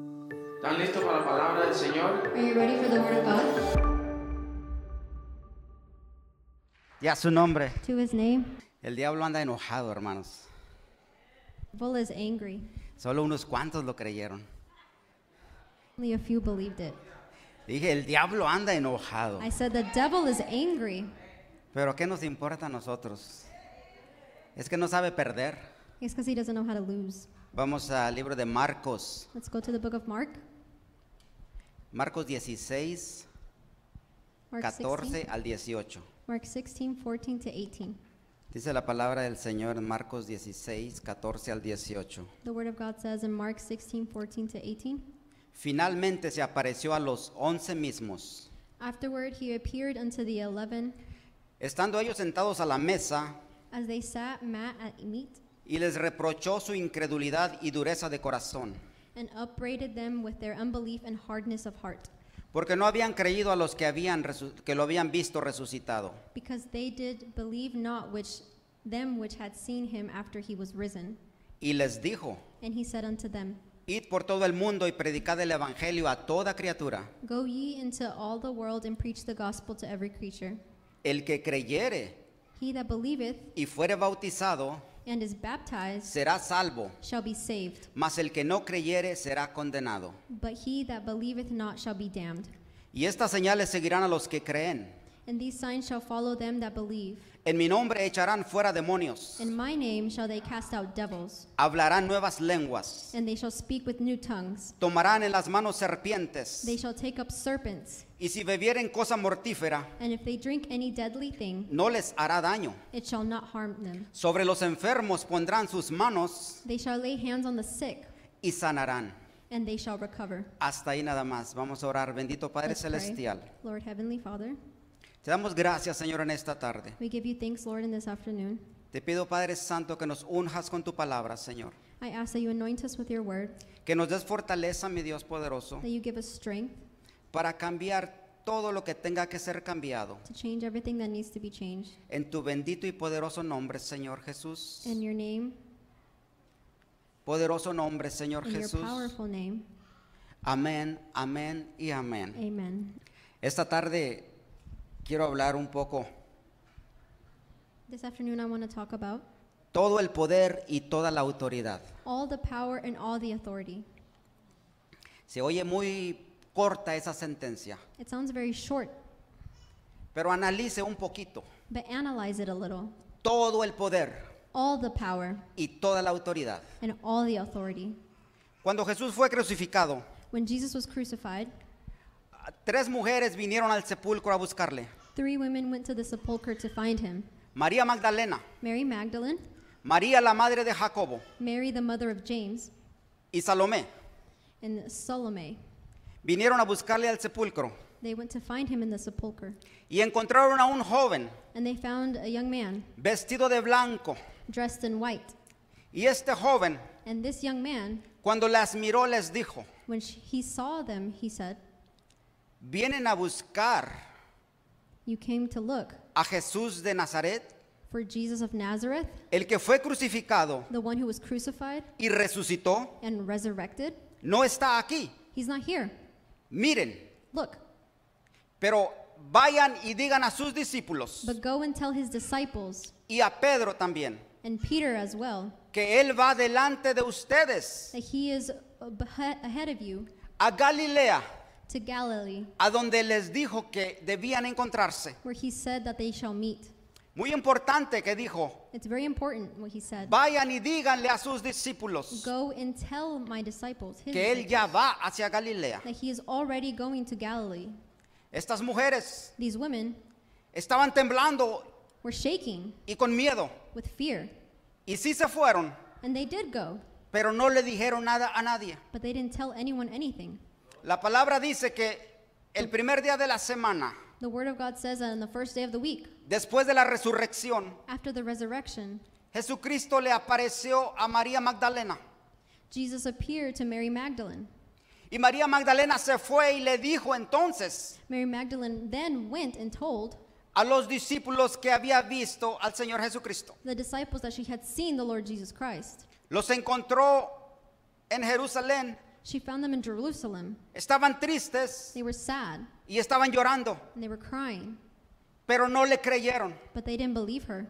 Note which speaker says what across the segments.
Speaker 1: ¿Están listos para la palabra del Señor?
Speaker 2: Are you ready for the word of God?
Speaker 3: Ya su nombre.
Speaker 2: To his name,
Speaker 3: El diablo anda enojado, hermanos.
Speaker 2: Bull is angry.
Speaker 3: Solo unos cuantos lo creyeron.
Speaker 2: Only a few believed it.
Speaker 3: Dije, el diablo anda enojado.
Speaker 2: I said, The devil is angry.
Speaker 3: Pero ¿qué nos importa a nosotros? Es que no sabe perder.
Speaker 2: It's because he doesn't know how to lose.
Speaker 3: Vamos al libro de Marcos.
Speaker 2: Let's go to the book of Mark.
Speaker 3: Marcos 16,
Speaker 2: Mark
Speaker 3: 14
Speaker 2: 16,
Speaker 3: al 18.
Speaker 2: Mark 16, 14 to 18.
Speaker 3: Dice la palabra del Señor en Marcos 16, 14 al 18.
Speaker 2: The word of God says in Mark 16, 14 to 18.
Speaker 3: Finalmente se apareció a los once mismos.
Speaker 2: Afterward, he appeared unto the eleven
Speaker 3: Estando ellos sentados a la mesa,
Speaker 2: as they sat mat at meat,
Speaker 3: y les reprochó su incredulidad y dureza de corazón,
Speaker 2: and upbraided them with their unbelief and hardness of heart,
Speaker 3: porque no habían creído a los que, habían resu- que lo habían visto resucitado.
Speaker 2: because they did believe not which them which had seen him after he was risen.
Speaker 3: Y les dijo,
Speaker 2: And he said unto them,
Speaker 3: id por todo el mundo y predicad el Evangelio a toda criatura.
Speaker 2: Go ye into all the world and preach the gospel to every creature.
Speaker 3: El que creyere
Speaker 2: He that believeth
Speaker 3: y fuere bautizado
Speaker 2: and is baptized
Speaker 3: será salvo,
Speaker 2: shall be saved,
Speaker 3: mas el que no creyere será condenado.
Speaker 2: but he that believeth not shall be damned.
Speaker 3: Y estas señales seguirán a los que creen.
Speaker 2: And these signs shall follow them that believe.
Speaker 3: En mi nombre echarán fuera demonios,
Speaker 2: In my name shall they cast out devils,
Speaker 3: hablarán nuevas lenguas,
Speaker 2: and they shall speak with new tongues.
Speaker 3: tomarán en las manos serpientes,
Speaker 2: They shall take up serpents,
Speaker 3: y si bebieren cosa mortífera,
Speaker 2: and if they drink any deadly thing,
Speaker 3: no les hará daño.
Speaker 2: it shall not harm them.
Speaker 3: Sobre los enfermos pondrán sus manos
Speaker 2: They shall lay hands on the sick,
Speaker 3: y sanarán.
Speaker 2: and they shall recover.
Speaker 3: Hasta ahí nada más. Vamos a orar. Bendito Padre
Speaker 2: Let's pray.
Speaker 3: Celestial.
Speaker 2: Lord Heavenly Father,
Speaker 3: Te damos gracias, Señor, en esta tarde.
Speaker 2: we give you thanks, Lord, in this afternoon.
Speaker 3: Te pido, Padre Santo, que nos unjas con tu palabra, Señor.
Speaker 2: I ask that you anoint us with your word,
Speaker 3: Que nos des fortaleza, mi Dios poderoso,
Speaker 2: that you give us strength
Speaker 3: para cambiar todo lo que tenga que ser cambiado.
Speaker 2: to change everything that needs to be changed.
Speaker 3: En tu bendito y poderoso nombre, Señor Jesús.
Speaker 2: In your name,
Speaker 3: Poderoso nombre, Señor
Speaker 2: in your
Speaker 3: Jesús.
Speaker 2: powerful name,
Speaker 3: Amén, amén y amén.
Speaker 2: amen.
Speaker 3: Esta tarde quiero hablar un poco
Speaker 2: This afternoon, I want to talk about
Speaker 3: todo el poder y toda la autoridad.
Speaker 2: all the power and all the authority.
Speaker 3: Se oye muy corta esa sentencia,
Speaker 2: It sounds very short,
Speaker 3: pero analice un poquito.
Speaker 2: but analyze it a little.
Speaker 3: Todo el poder
Speaker 2: All the power
Speaker 3: y toda la autoridad.
Speaker 2: and all the authority.
Speaker 3: Cuando Jesús fue crucificado,
Speaker 2: When Jesus was crucified,
Speaker 3: tres mujeres vinieron al sepulcro a buscarle.
Speaker 2: three women went to the sepulchre to find him
Speaker 3: María Magdalena,
Speaker 2: Mary Magdalene,
Speaker 3: María la madre de Jacobo
Speaker 2: Mary, the mother of James,
Speaker 3: y Salomé.
Speaker 2: and Salome.
Speaker 3: Vinieron a buscarle al sepulcro
Speaker 2: They went to find him in the sepulchre.
Speaker 3: y encontraron a un joven
Speaker 2: And they found a young man
Speaker 3: vestido de blanco.
Speaker 2: dressed in white.
Speaker 3: Y este joven,
Speaker 2: And this young man,
Speaker 3: cuando las miró, les dijo,
Speaker 2: when sh he saw them, he said,
Speaker 3: vienen a buscar
Speaker 2: You came to look
Speaker 3: a Jesús de Nazaret,
Speaker 2: for Jesus of Nazareth,
Speaker 3: el que fue crucificado
Speaker 2: the one who was crucified
Speaker 3: y resucitó,
Speaker 2: and resurrected.
Speaker 3: no está aquí.
Speaker 2: He's not here.
Speaker 3: Miren,
Speaker 2: Look,
Speaker 3: pero vayan y digan a sus discípulos
Speaker 2: but go and tell his disciples
Speaker 3: y a Pedro también
Speaker 2: and Peter as well
Speaker 3: que Él va delante de ustedes
Speaker 2: that he is ahe- ahead of you
Speaker 3: a Galilea,
Speaker 2: to Galilee,
Speaker 3: a donde les dijo que debían encontrarse.
Speaker 2: where he said that they shall meet.
Speaker 3: Muy importante que dijo,
Speaker 2: It's very important what he said.
Speaker 3: vayan y díganle a sus discípulos
Speaker 2: Go and tell my disciples, his
Speaker 3: que Él
Speaker 2: disciples,
Speaker 3: ya va hacia Galilea.
Speaker 2: that he is already going to Galilee.
Speaker 3: Estas mujeres
Speaker 2: These women
Speaker 3: estaban temblando
Speaker 2: were shaking
Speaker 3: y con miedo
Speaker 2: with fear.
Speaker 3: y sí se fueron,
Speaker 2: And they did go,
Speaker 3: pero no le dijeron nada a nadie.
Speaker 2: but they didn't tell anyone anything.
Speaker 3: La palabra dice que el primer día de la semana,
Speaker 2: The Word of God says that on the first day of the week,
Speaker 3: después de la resurrección,
Speaker 2: after the resurrection,
Speaker 3: Jesucristo le apareció a María Magdalena.
Speaker 2: Jesus appeared to Mary Magdalene.
Speaker 3: Y María Magdalena se fue y le dijo entonces
Speaker 2: Mary Magdalene then went and told
Speaker 3: a los discípulos que había visto al Señor Jesucristo.
Speaker 2: the disciples that she had seen the Lord Jesus Christ.
Speaker 3: Los encontró en Jerusalén
Speaker 2: She found them in Jerusalem.
Speaker 3: Estaban tristes
Speaker 2: They were sad
Speaker 3: y estaban llorando,
Speaker 2: and they were crying,
Speaker 3: pero no le creyeron.
Speaker 2: but they didn't believe her.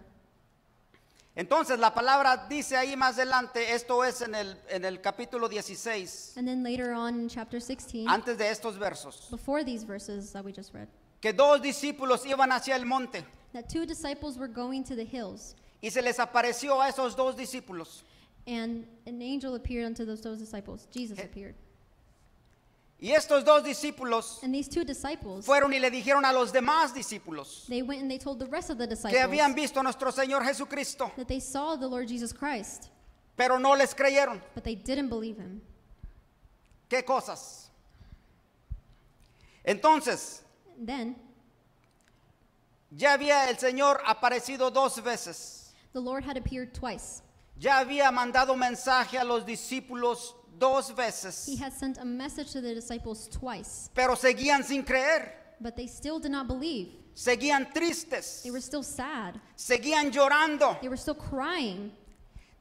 Speaker 3: Entonces la palabra dice ahí más adelante, esto es en el, en el capítulo 16,
Speaker 2: And then later on in chapter 16,
Speaker 3: antes de estos versos,
Speaker 2: before these verses that we just read,
Speaker 3: que dos discípulos iban hacia el monte
Speaker 2: that two disciples were going to the hills,
Speaker 3: y se les apareció a esos dos discípulos.
Speaker 2: and an angel appeared unto those, those disciples. Jesus
Speaker 3: Eh.
Speaker 2: appeared.
Speaker 3: Y estos dos discípulos
Speaker 2: And these two disciples,
Speaker 3: fueron y le dijeron a los demás discípulos
Speaker 2: they went and they told the rest of the
Speaker 3: que
Speaker 2: disciples
Speaker 3: habían visto a nuestro Señor Jesucristo,
Speaker 2: that they saw the Lord Jesus Christ,
Speaker 3: pero no les creyeron.
Speaker 2: but they didn't believe him.
Speaker 3: ¿Qué cosas? Entonces,
Speaker 2: Then
Speaker 3: ya había el Señor aparecido dos veces.
Speaker 2: the Lord had appeared twice.
Speaker 3: Ya había mandado mensaje a los discípulos dos
Speaker 2: He
Speaker 3: veces,
Speaker 2: had sent a message to the disciples twice,
Speaker 3: pero seguían sin creer,
Speaker 2: but they still did not believe.
Speaker 3: seguían tristes,
Speaker 2: They were still sad.
Speaker 3: seguían llorando,
Speaker 2: They were still crying.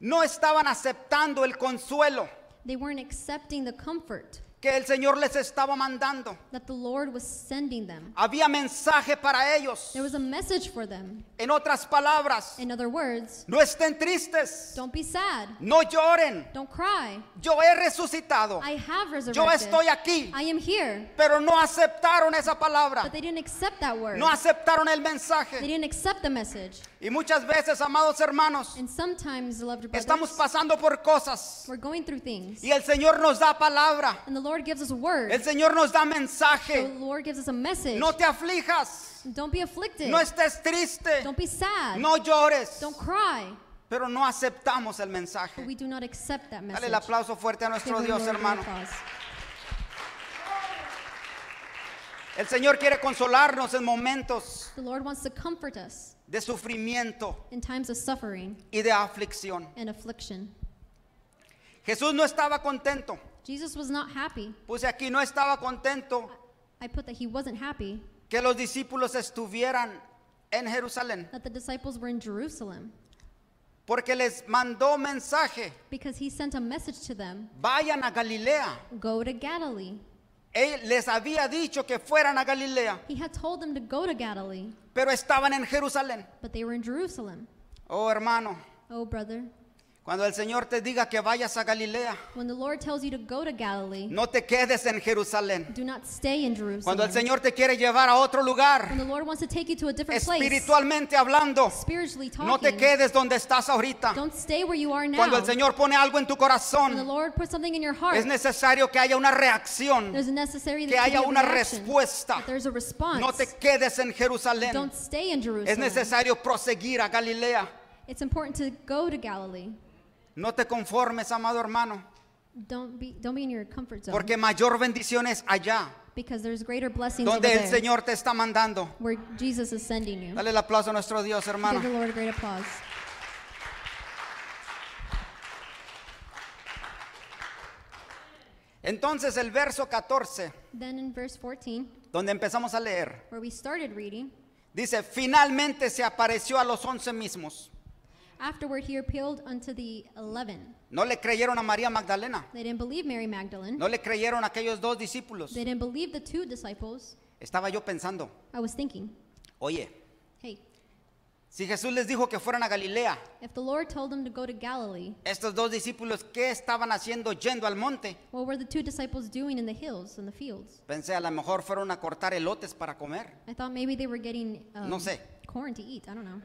Speaker 3: no estaban aceptando el consuelo
Speaker 2: They weren't accepting the comfort
Speaker 3: que el Señor les estaba mandando.
Speaker 2: that the Lord was sending them.
Speaker 3: Había mensaje para ellos.
Speaker 2: There was a message for them.
Speaker 3: En otras palabras,
Speaker 2: In other words,
Speaker 3: no estén tristes,
Speaker 2: don't be sad.
Speaker 3: no lloren.
Speaker 2: Don't cry.
Speaker 3: Yo he resucitado,
Speaker 2: I have resurrected.
Speaker 3: yo estoy aquí,
Speaker 2: I am here.
Speaker 3: pero no aceptaron esa palabra,
Speaker 2: But they didn't accept that word.
Speaker 3: no aceptaron el
Speaker 2: They
Speaker 3: mensaje.
Speaker 2: didn't accept the message.
Speaker 3: Y muchas veces, amados hermanos,
Speaker 2: And sometimes, loved brothers,
Speaker 3: estamos pasando por cosas
Speaker 2: we're going through things.
Speaker 3: y el Señor nos da palabra,
Speaker 2: And the Lord gives us a word.
Speaker 3: el Señor nos da
Speaker 2: the
Speaker 3: mensaje.
Speaker 2: Lord gives us a message.
Speaker 3: No te aflijas,
Speaker 2: Don't be afflicted.
Speaker 3: no estés triste,
Speaker 2: Don't be sad.
Speaker 3: no llores,
Speaker 2: Don't cry.
Speaker 3: pero no aceptamos el
Speaker 2: But
Speaker 3: mensaje.
Speaker 2: we do not accept that
Speaker 3: Dale
Speaker 2: message.
Speaker 3: el aplauso fuerte a
Speaker 2: Give
Speaker 3: nuestro
Speaker 2: the
Speaker 3: Dios,
Speaker 2: Lord an
Speaker 3: hermano.
Speaker 2: applause.
Speaker 3: El Señor quiere consolarnos en momentos
Speaker 2: The Lord wants to comfort us
Speaker 3: de sufrimiento
Speaker 2: in times of suffering
Speaker 3: y de aflicción.
Speaker 2: and affliction.
Speaker 3: Jesús no estaba contento.
Speaker 2: Jesus was not happy.
Speaker 3: Puse aquí, no estaba contento
Speaker 2: I put that he wasn't happy
Speaker 3: que los discípulos estuvieran en Jerusalén,
Speaker 2: that the disciples were in Jerusalem
Speaker 3: porque les mandó mensaje,
Speaker 2: because he sent a message to them
Speaker 3: vayan a Galilea.
Speaker 2: go to Galilee.
Speaker 3: Él les había dicho que fueran a Galilea,
Speaker 2: He had told them to go to Galilee,
Speaker 3: pero estaban en Jerusalén.
Speaker 2: but they were in Jerusalem.
Speaker 3: Oh hermano,
Speaker 2: Oh, brother,
Speaker 3: cuando el Señor te diga que vayas a Galilea,
Speaker 2: when the Lord tells you to go to Galilee,
Speaker 3: no te quedes en Jerusalén.
Speaker 2: do not stay in
Speaker 3: Cuando el
Speaker 2: Jerusalem.
Speaker 3: Señor te quiere llevar a otro lugar,
Speaker 2: Pues When the Lord wants to take you to a different place,
Speaker 3: espiritualmente hablando,
Speaker 2: spiritually
Speaker 3: no te
Speaker 2: talking,
Speaker 3: quedes donde estás ahorita.
Speaker 2: don't stay where you are now.
Speaker 3: Cuando el Señor pone algo en tu
Speaker 2: when the
Speaker 3: corazón,
Speaker 2: Lord puts something in your
Speaker 3: es
Speaker 2: heart,
Speaker 3: necesario que haya una reacción.
Speaker 2: there's a necessary
Speaker 3: Que
Speaker 2: there to be
Speaker 3: haya
Speaker 2: a
Speaker 3: una
Speaker 2: reaction,
Speaker 3: respuesta.
Speaker 2: that There's a response.
Speaker 3: No te quedes en Jerusalén.
Speaker 2: Don't stay in Jerusalem.
Speaker 3: Es necesario proseguir a Galilea.
Speaker 2: It's important to go to Galilee.
Speaker 3: No te conformes, amado hermano,
Speaker 2: Don't be don't be in your comfort zone
Speaker 3: porque mayor bendición es allá,
Speaker 2: because there's greater blessings over
Speaker 3: donde el
Speaker 2: there
Speaker 3: Señor te está mandando.
Speaker 2: where Jesus is sending you.
Speaker 3: Dale el aplauso a nuestro Dios,
Speaker 2: Give the
Speaker 3: hermano.
Speaker 2: Lord a great applause.
Speaker 3: Entonces el verso 14,
Speaker 2: Then in verse 14,
Speaker 3: donde empezamos a leer,
Speaker 2: where we started reading,
Speaker 3: dice, finalmente se apareció a los once mismos.
Speaker 2: afterward he appealed unto the eleven.
Speaker 3: No le creyeron a María Magdalena.
Speaker 2: They didn't believe Mary Magdalene.
Speaker 3: No le creyeron a aquellos dos discípulos.
Speaker 2: They didn't believe the two disciples.
Speaker 3: Estaba yo pensando,
Speaker 2: I was thinking,
Speaker 3: oye,
Speaker 2: hey,
Speaker 3: si Jesús les dijo que fueran a Galilea,
Speaker 2: if the Lord told them to go to Galilee,
Speaker 3: estos dos discípulos, ¿qué estaban haciendo yendo al monte?
Speaker 2: what were the two disciples doing in the hills, in the fields?
Speaker 3: Pensé, a lo mejor fueron a cortar elotes para comer.
Speaker 2: I thought maybe they were getting um,
Speaker 3: No sé.
Speaker 2: corn to eat. I don't know.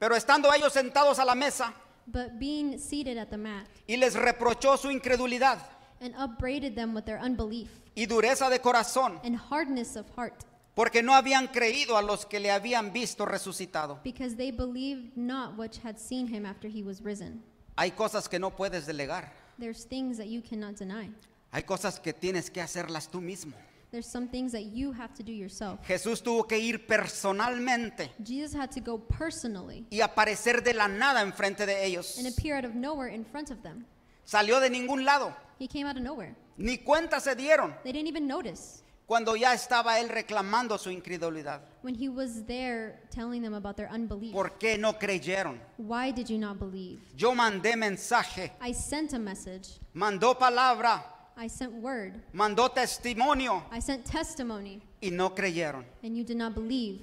Speaker 3: Pero estando ellos sentados a la mesa
Speaker 2: But being seated at the mat
Speaker 3: y les reprochó su incredulidad
Speaker 2: and upbraided them with their unbelief
Speaker 3: y dureza de corazón,
Speaker 2: and hardness of heart,
Speaker 3: porque no habían creído a los que le habían visto resucitado.
Speaker 2: because they believed not which had seen him after he was risen.
Speaker 3: Hay cosas que no puedes delegar.
Speaker 2: There's things that you cannot deny.
Speaker 3: Hay cosas que tienes que hacerlas tú mismo.
Speaker 2: There's some things that you have to do yourself.
Speaker 3: Jesús tuvo que ir personalmente
Speaker 2: Jesus had to go personally
Speaker 3: y aparecer de la nada enfrente de ellos.
Speaker 2: and appear out of nowhere in front of them.
Speaker 3: Salió de ningún lado,
Speaker 2: He came out of nowhere.
Speaker 3: ni cuenta se dieron
Speaker 2: They didn't even notice
Speaker 3: cuando ya estaba él reclamando su incredulidad.
Speaker 2: when he was there telling them about their unbelief.
Speaker 3: ¿Por qué no creyeron?
Speaker 2: Why did you not believe?
Speaker 3: Yo mandé mensaje,
Speaker 2: I sent a message.
Speaker 3: mandó palabra,
Speaker 2: I sent word,
Speaker 3: mandó testimonio
Speaker 2: I sent testimony,
Speaker 3: y no creyeron.
Speaker 2: and you did not believe.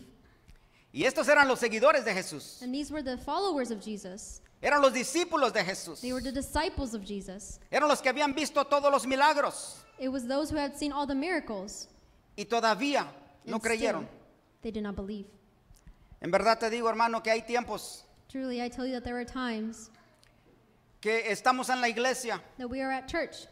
Speaker 3: Y estos eran los seguidores de Jesús,
Speaker 2: And these were the followers of Jesus.
Speaker 3: eran los discípulos de Jesús,
Speaker 2: They were the disciples of Jesus.
Speaker 3: eran los que habían visto todos los milagros
Speaker 2: It was those who had seen all the miracles.
Speaker 3: y todavía
Speaker 2: and
Speaker 3: no
Speaker 2: still
Speaker 3: creyeron.
Speaker 2: They did not believe.
Speaker 3: En verdad te digo, hermano, que hay tiempos
Speaker 2: Truly, I tell you that there are times
Speaker 3: que estamos en la iglesia
Speaker 2: that we are at church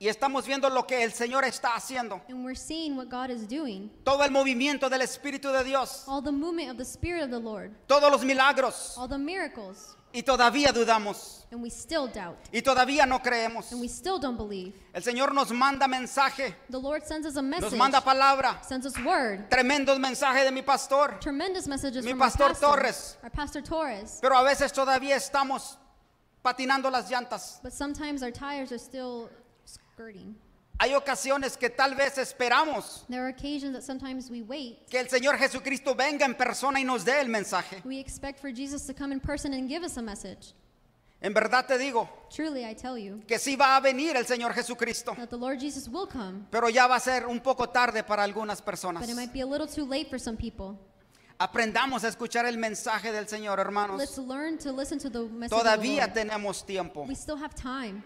Speaker 3: y estamos viendo lo que el Señor está haciendo,
Speaker 2: and we're seeing what God is doing,
Speaker 3: todo el movimiento del Espíritu de Dios,
Speaker 2: all the movement of the Spirit of the Lord,
Speaker 3: todos los milagros
Speaker 2: all the miracles,
Speaker 3: y todavía dudamos
Speaker 2: and we still doubt
Speaker 3: y todavía no creemos.
Speaker 2: and we still don't believe.
Speaker 3: El Señor nos manda mensaje,
Speaker 2: The Lord sends us a
Speaker 3: nos
Speaker 2: message,
Speaker 3: manda palabra.
Speaker 2: sends us word,
Speaker 3: Tremendo mensaje de mi pastor.
Speaker 2: tremendous messages
Speaker 3: Mi
Speaker 2: from
Speaker 3: pastor
Speaker 2: our pastor,
Speaker 3: Torres.
Speaker 2: our pastor Torres.
Speaker 3: Pero a veces todavía estamos patinando las llantas.
Speaker 2: But sometimes our tires are still skirting.
Speaker 3: Hay ocasiones que tal vez esperamos
Speaker 2: There are occasions that sometimes we wait.
Speaker 3: que el Señor Jesucristo venga en persona y nos dé el mensaje.
Speaker 2: We expect for Jesus to come in person and give us a message.
Speaker 3: En verdad te digo
Speaker 2: Truly, I tell you
Speaker 3: que sí va a venir el Señor Jesucristo,
Speaker 2: that the Lord Jesus will come,
Speaker 3: pero ya va a ser un poco tarde para algunas personas.
Speaker 2: but it might be a little too late for some people.
Speaker 3: Aprendamos a escuchar el mensaje del Señor,
Speaker 2: Let's
Speaker 3: hermanos.
Speaker 2: learn to listen to the message of the
Speaker 3: Todavía
Speaker 2: Lord.
Speaker 3: tenemos tiempo.
Speaker 2: We still have time.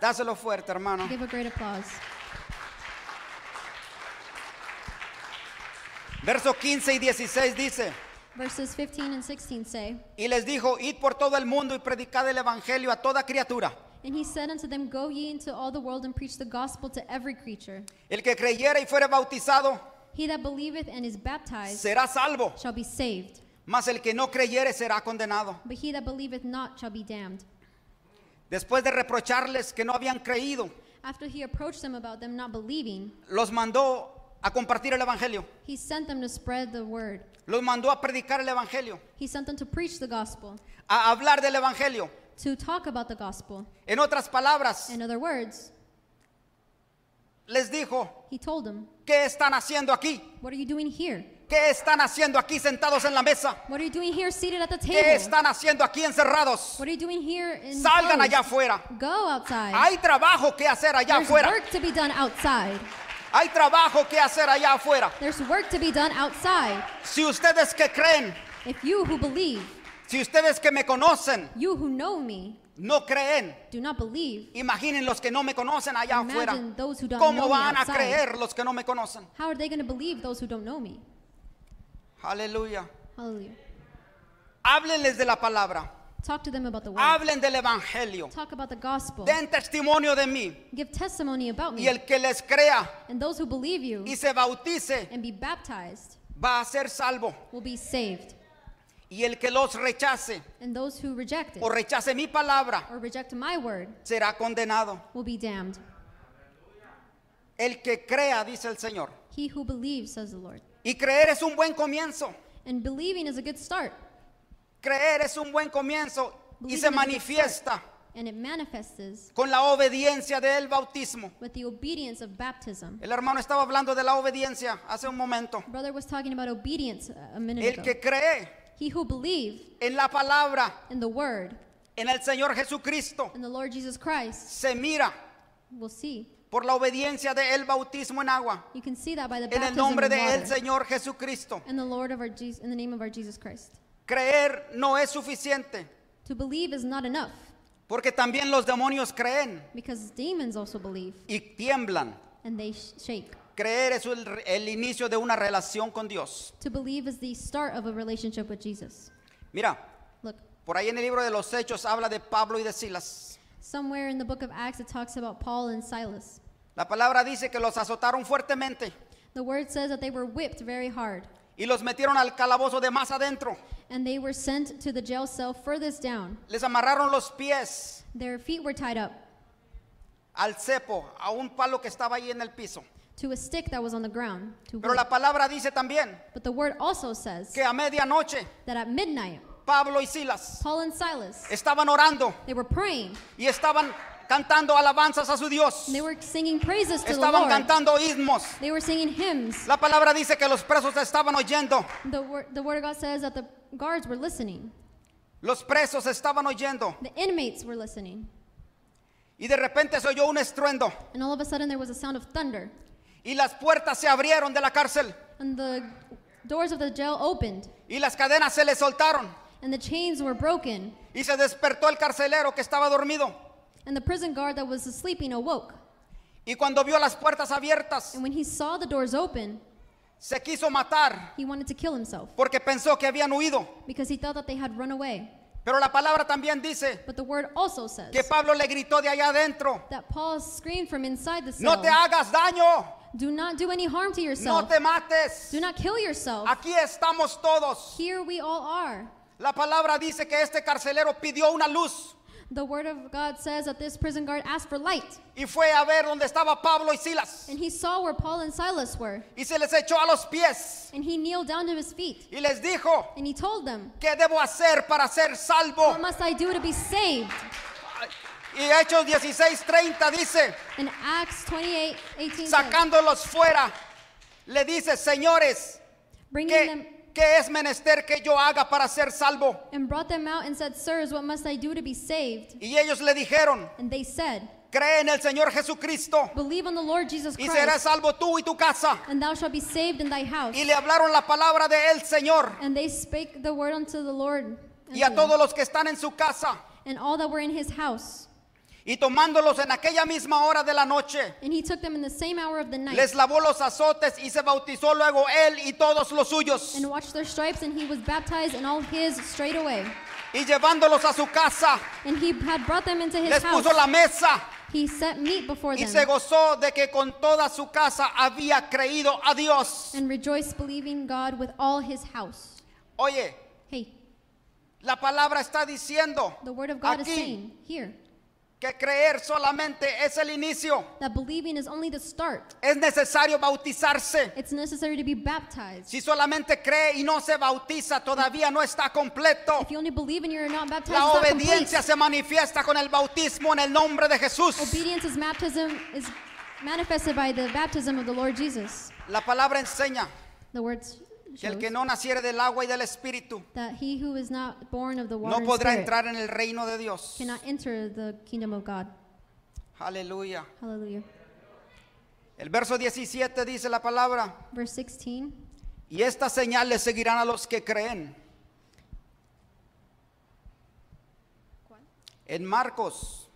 Speaker 3: Dáselo fuerte, hermano.
Speaker 2: Give a great applause.
Speaker 3: Verso 15 y 16 dice.
Speaker 2: Verses 15 and 16 say,
Speaker 3: Y les dijo, id por todo el mundo y predicad el Evangelio a toda criatura.
Speaker 2: And he said unto them, Go ye into all the world and preach the gospel to every creature.
Speaker 3: El que creyera y fuere bautizado
Speaker 2: He that believeth and is baptized
Speaker 3: será salvo,
Speaker 2: shall be saved,
Speaker 3: mas el que no creyere será condenado.
Speaker 2: but he that believeth not shall be damned.
Speaker 3: Después de reprocharles que no habían creído,
Speaker 2: After he approached them about them not believing,
Speaker 3: los mandó a compartir el Evangelio,
Speaker 2: he sent them to spread the word.
Speaker 3: los mandó a predicar el Evangelio,
Speaker 2: He sent them to preach the gospel,
Speaker 3: a hablar del Evangelio.
Speaker 2: to talk about the gospel.
Speaker 3: En otras palabras,
Speaker 2: In other words,
Speaker 3: les dijo,
Speaker 2: he told them,
Speaker 3: ¿qué están haciendo aquí?
Speaker 2: What are you doing here?
Speaker 3: ¿Qué están haciendo aquí sentados en la mesa?
Speaker 2: What are you doing here seated at the
Speaker 3: ¿Qué
Speaker 2: table?
Speaker 3: están haciendo aquí encerrados?
Speaker 2: What are you doing here in
Speaker 3: Salgan
Speaker 2: clothes?
Speaker 3: allá afuera.
Speaker 2: Go outside.
Speaker 3: Hay trabajo que hacer allá
Speaker 2: There's
Speaker 3: afuera.
Speaker 2: work to be done outside.
Speaker 3: Hay trabajo que hacer allá afuera.
Speaker 2: There's work to be done outside.
Speaker 3: Si ustedes que creen,
Speaker 2: If you who believe,
Speaker 3: si ustedes que me conocen,
Speaker 2: you who know me,
Speaker 3: no creen,
Speaker 2: do not believe,
Speaker 3: imaginen los que no me conocen allá afuera.
Speaker 2: imagine those who don't know
Speaker 3: ¿Cómo
Speaker 2: me
Speaker 3: van a
Speaker 2: outside.
Speaker 3: creer los que no me conocen?
Speaker 2: How are they going to believe those who don't know me?
Speaker 3: Aleluya.
Speaker 2: Hallelujah.
Speaker 3: Háblenles de la palabra.
Speaker 2: Talk to them about the word.
Speaker 3: Hablen del evangelio.
Speaker 2: Talk about the gospel.
Speaker 3: Den testimonio de mí.
Speaker 2: Give testimony about
Speaker 3: Y
Speaker 2: me.
Speaker 3: el que les crea
Speaker 2: And those who believe you
Speaker 3: y se bautice
Speaker 2: and be baptized
Speaker 3: va a ser salvo.
Speaker 2: will be saved.
Speaker 3: Y el que los rechace
Speaker 2: And those who reject it
Speaker 3: o rechace mi palabra
Speaker 2: or reject my word
Speaker 3: será condenado.
Speaker 2: will be damned.
Speaker 3: El que crea, dice el Señor.
Speaker 2: He who believes, says the Lord.
Speaker 3: Y creer es un buen comienzo.
Speaker 2: And believing is a good start,
Speaker 3: Creer es un buen comienzo y
Speaker 2: Believing
Speaker 3: se
Speaker 2: is a good
Speaker 3: manifiesta
Speaker 2: and it manifests
Speaker 3: con la obediencia del bautismo.
Speaker 2: with the obedience of baptism.
Speaker 3: El hermano estaba hablando de la obediencia hace un momento.
Speaker 2: Brother was talking about obedience uh, a minute
Speaker 3: El
Speaker 2: ago.
Speaker 3: que cree
Speaker 2: He who believed
Speaker 3: en la palabra,
Speaker 2: in the word
Speaker 3: en el Señor Jesucristo,
Speaker 2: and the Lord Jesus Christ
Speaker 3: se mira
Speaker 2: will see.
Speaker 3: por la obediencia del bautismo en agua.
Speaker 2: You can see that by the
Speaker 3: En el
Speaker 2: baptism
Speaker 3: nombre
Speaker 2: in
Speaker 3: del el
Speaker 2: water.
Speaker 3: Señor Jesucristo.
Speaker 2: In the Lord of our Jesus, in the name of our Jesus Christ.
Speaker 3: Creer no es suficiente
Speaker 2: To believe is not enough
Speaker 3: porque también los demonios creen
Speaker 2: because demons also believe
Speaker 3: y tiemblan.
Speaker 2: and they sh- shake.
Speaker 3: Creer es el- el inicio de una relación con Dios.
Speaker 2: To believe is the start of a relationship with Jesus.
Speaker 3: Mira,
Speaker 2: Look,
Speaker 3: Por ahí en el libro de los Hechos habla de Pablo y de Silas.
Speaker 2: somewhere in the book of Acts it talks about Paul and Silas.
Speaker 3: La palabra dice que los azotaron fuertemente
Speaker 2: The word says that they were whipped very hard
Speaker 3: y los metieron al calabozo de más adentro.
Speaker 2: and they were sent to the jail cell furthest down.
Speaker 3: Les amarraron los pies
Speaker 2: Their feet were tied up
Speaker 3: al cepo, a un palo que estaba ahí en el piso.
Speaker 2: to a stick that was on the ground. To
Speaker 3: Pero
Speaker 2: whip.
Speaker 3: la palabra dice también
Speaker 2: But the word also says
Speaker 3: que a medianoche
Speaker 2: that at midnight,
Speaker 3: Pablo y Silas
Speaker 2: Paul and Silas,
Speaker 3: estaban orando
Speaker 2: they were praying
Speaker 3: y estaban cantando alabanzas a su Dios.
Speaker 2: and they were singing praises to the
Speaker 3: Estaban
Speaker 2: Lord.
Speaker 3: cantando himnos.
Speaker 2: They were singing hymns.
Speaker 3: La palabra dice que los presos estaban oyendo.
Speaker 2: The, wor- the word of God says that the guards were listening.
Speaker 3: Los presos estaban oyendo.
Speaker 2: The inmates were listening.
Speaker 3: Y de repente se oyó un estruendo
Speaker 2: And all of a sudden there was a sound of thunder,
Speaker 3: y las puertas se abrieron de la cárcel
Speaker 2: and the doors of the jail opened,
Speaker 3: y las cadenas se le soltaron
Speaker 2: and the chains were broken,
Speaker 3: y se despertó el carcelero que estaba dormido.
Speaker 2: and the prison guard that was sleeping awoke.
Speaker 3: Y cuando vio las puertas abiertas,
Speaker 2: And when he saw the doors open,
Speaker 3: se quiso matar
Speaker 2: he wanted to kill himself
Speaker 3: porque pensó que habían huido.
Speaker 2: because he thought that they had run away.
Speaker 3: Pero la palabra también dice
Speaker 2: But the word also says
Speaker 3: que Pablo le gritó de allá adentro,
Speaker 2: that Paul screamed from inside the cell,
Speaker 3: no te hagas daño,
Speaker 2: Do not do any harm to
Speaker 3: no
Speaker 2: yourself.
Speaker 3: te Ah. mates,
Speaker 2: Do not kill yourself.
Speaker 3: aquí estamos todos.
Speaker 2: Here we all are.
Speaker 3: La palabra dice que este carcelero pidió una luz
Speaker 2: The word of God says that this prison guard asked for light,
Speaker 3: y fue a ver dónde estaba Pablo y Silas
Speaker 2: and he saw where Paul and Silas were,
Speaker 3: y se les echó a los pies
Speaker 2: and he kneeled down to his feet,
Speaker 3: y les dijo,
Speaker 2: and he told them,
Speaker 3: ¿qué debo hacer para ser salvo?
Speaker 2: What must I do to be saved?
Speaker 3: Y Hechos 16:30 dice,
Speaker 2: In Acts 28 18, says,
Speaker 3: sacándolos fuera, le dice, señores,
Speaker 2: bringing them
Speaker 3: ¿qué, qué es menester que yo haga para ser salvo?
Speaker 2: and brought them out and said, Sirs, what must I do to be saved?
Speaker 3: Y ellos le dijeron,
Speaker 2: And they said,
Speaker 3: cree en el Señor Jesucristo
Speaker 2: Believe on the Lord Jesus
Speaker 3: y serás
Speaker 2: Christ,
Speaker 3: salvo tú y tu casa.
Speaker 2: and thou shalt be saved in thy house.
Speaker 3: Y le hablaron la palabra de el Señor
Speaker 2: And they spake the word unto the Lord
Speaker 3: y a
Speaker 2: unto him,
Speaker 3: todos los que están en su casa.
Speaker 2: and all that were in his house.
Speaker 3: Y tomándolos en aquella misma hora de la noche,
Speaker 2: And he took them in the same hour of the night.
Speaker 3: les lavó los azotes y se bautizó luego él y todos los suyos.
Speaker 2: and washed their stripes, and he was baptized and all his straight away.
Speaker 3: Y llevándolos a su casa,
Speaker 2: And he had brought them into his
Speaker 3: les
Speaker 2: house.
Speaker 3: puso la mesa
Speaker 2: He set meat before
Speaker 3: y se
Speaker 2: them
Speaker 3: gozó de que con toda su casa había creído a Dios.
Speaker 2: and rejoiced, believing God with all his house.
Speaker 3: Oye,
Speaker 2: Hey,
Speaker 3: la palabra está diciendo
Speaker 2: the word of God is
Speaker 3: aquí
Speaker 2: saying here
Speaker 3: que creer solamente es el inicio.
Speaker 2: that believing is only the start.
Speaker 3: Es necesario bautizarse.
Speaker 2: It's necessary to be baptized.
Speaker 3: Si solamente cree y no se bautiza, todavía no está completo.
Speaker 2: If you only believe and you're not baptized,
Speaker 3: La
Speaker 2: it's not complete.
Speaker 3: obediencia se manifiesta con el bautismo en el nombre de Jesús.
Speaker 2: Obedience is baptism is manifested by the baptism of the Lord Jesus.
Speaker 3: La palabra enseña
Speaker 2: The words
Speaker 3: que el
Speaker 2: shows
Speaker 3: que no naciere del agua y del espíritu
Speaker 2: that he who is not born of the water
Speaker 3: no
Speaker 2: and
Speaker 3: podrá
Speaker 2: Spirit
Speaker 3: entrar en el reino de Dios.
Speaker 2: cannot enter the kingdom of God.
Speaker 3: Aleluya.
Speaker 2: Hallelujah.
Speaker 3: El verso 17 dice la palabra,
Speaker 2: Verse 16.
Speaker 3: y estas señales seguirán a los que creen. En Marcos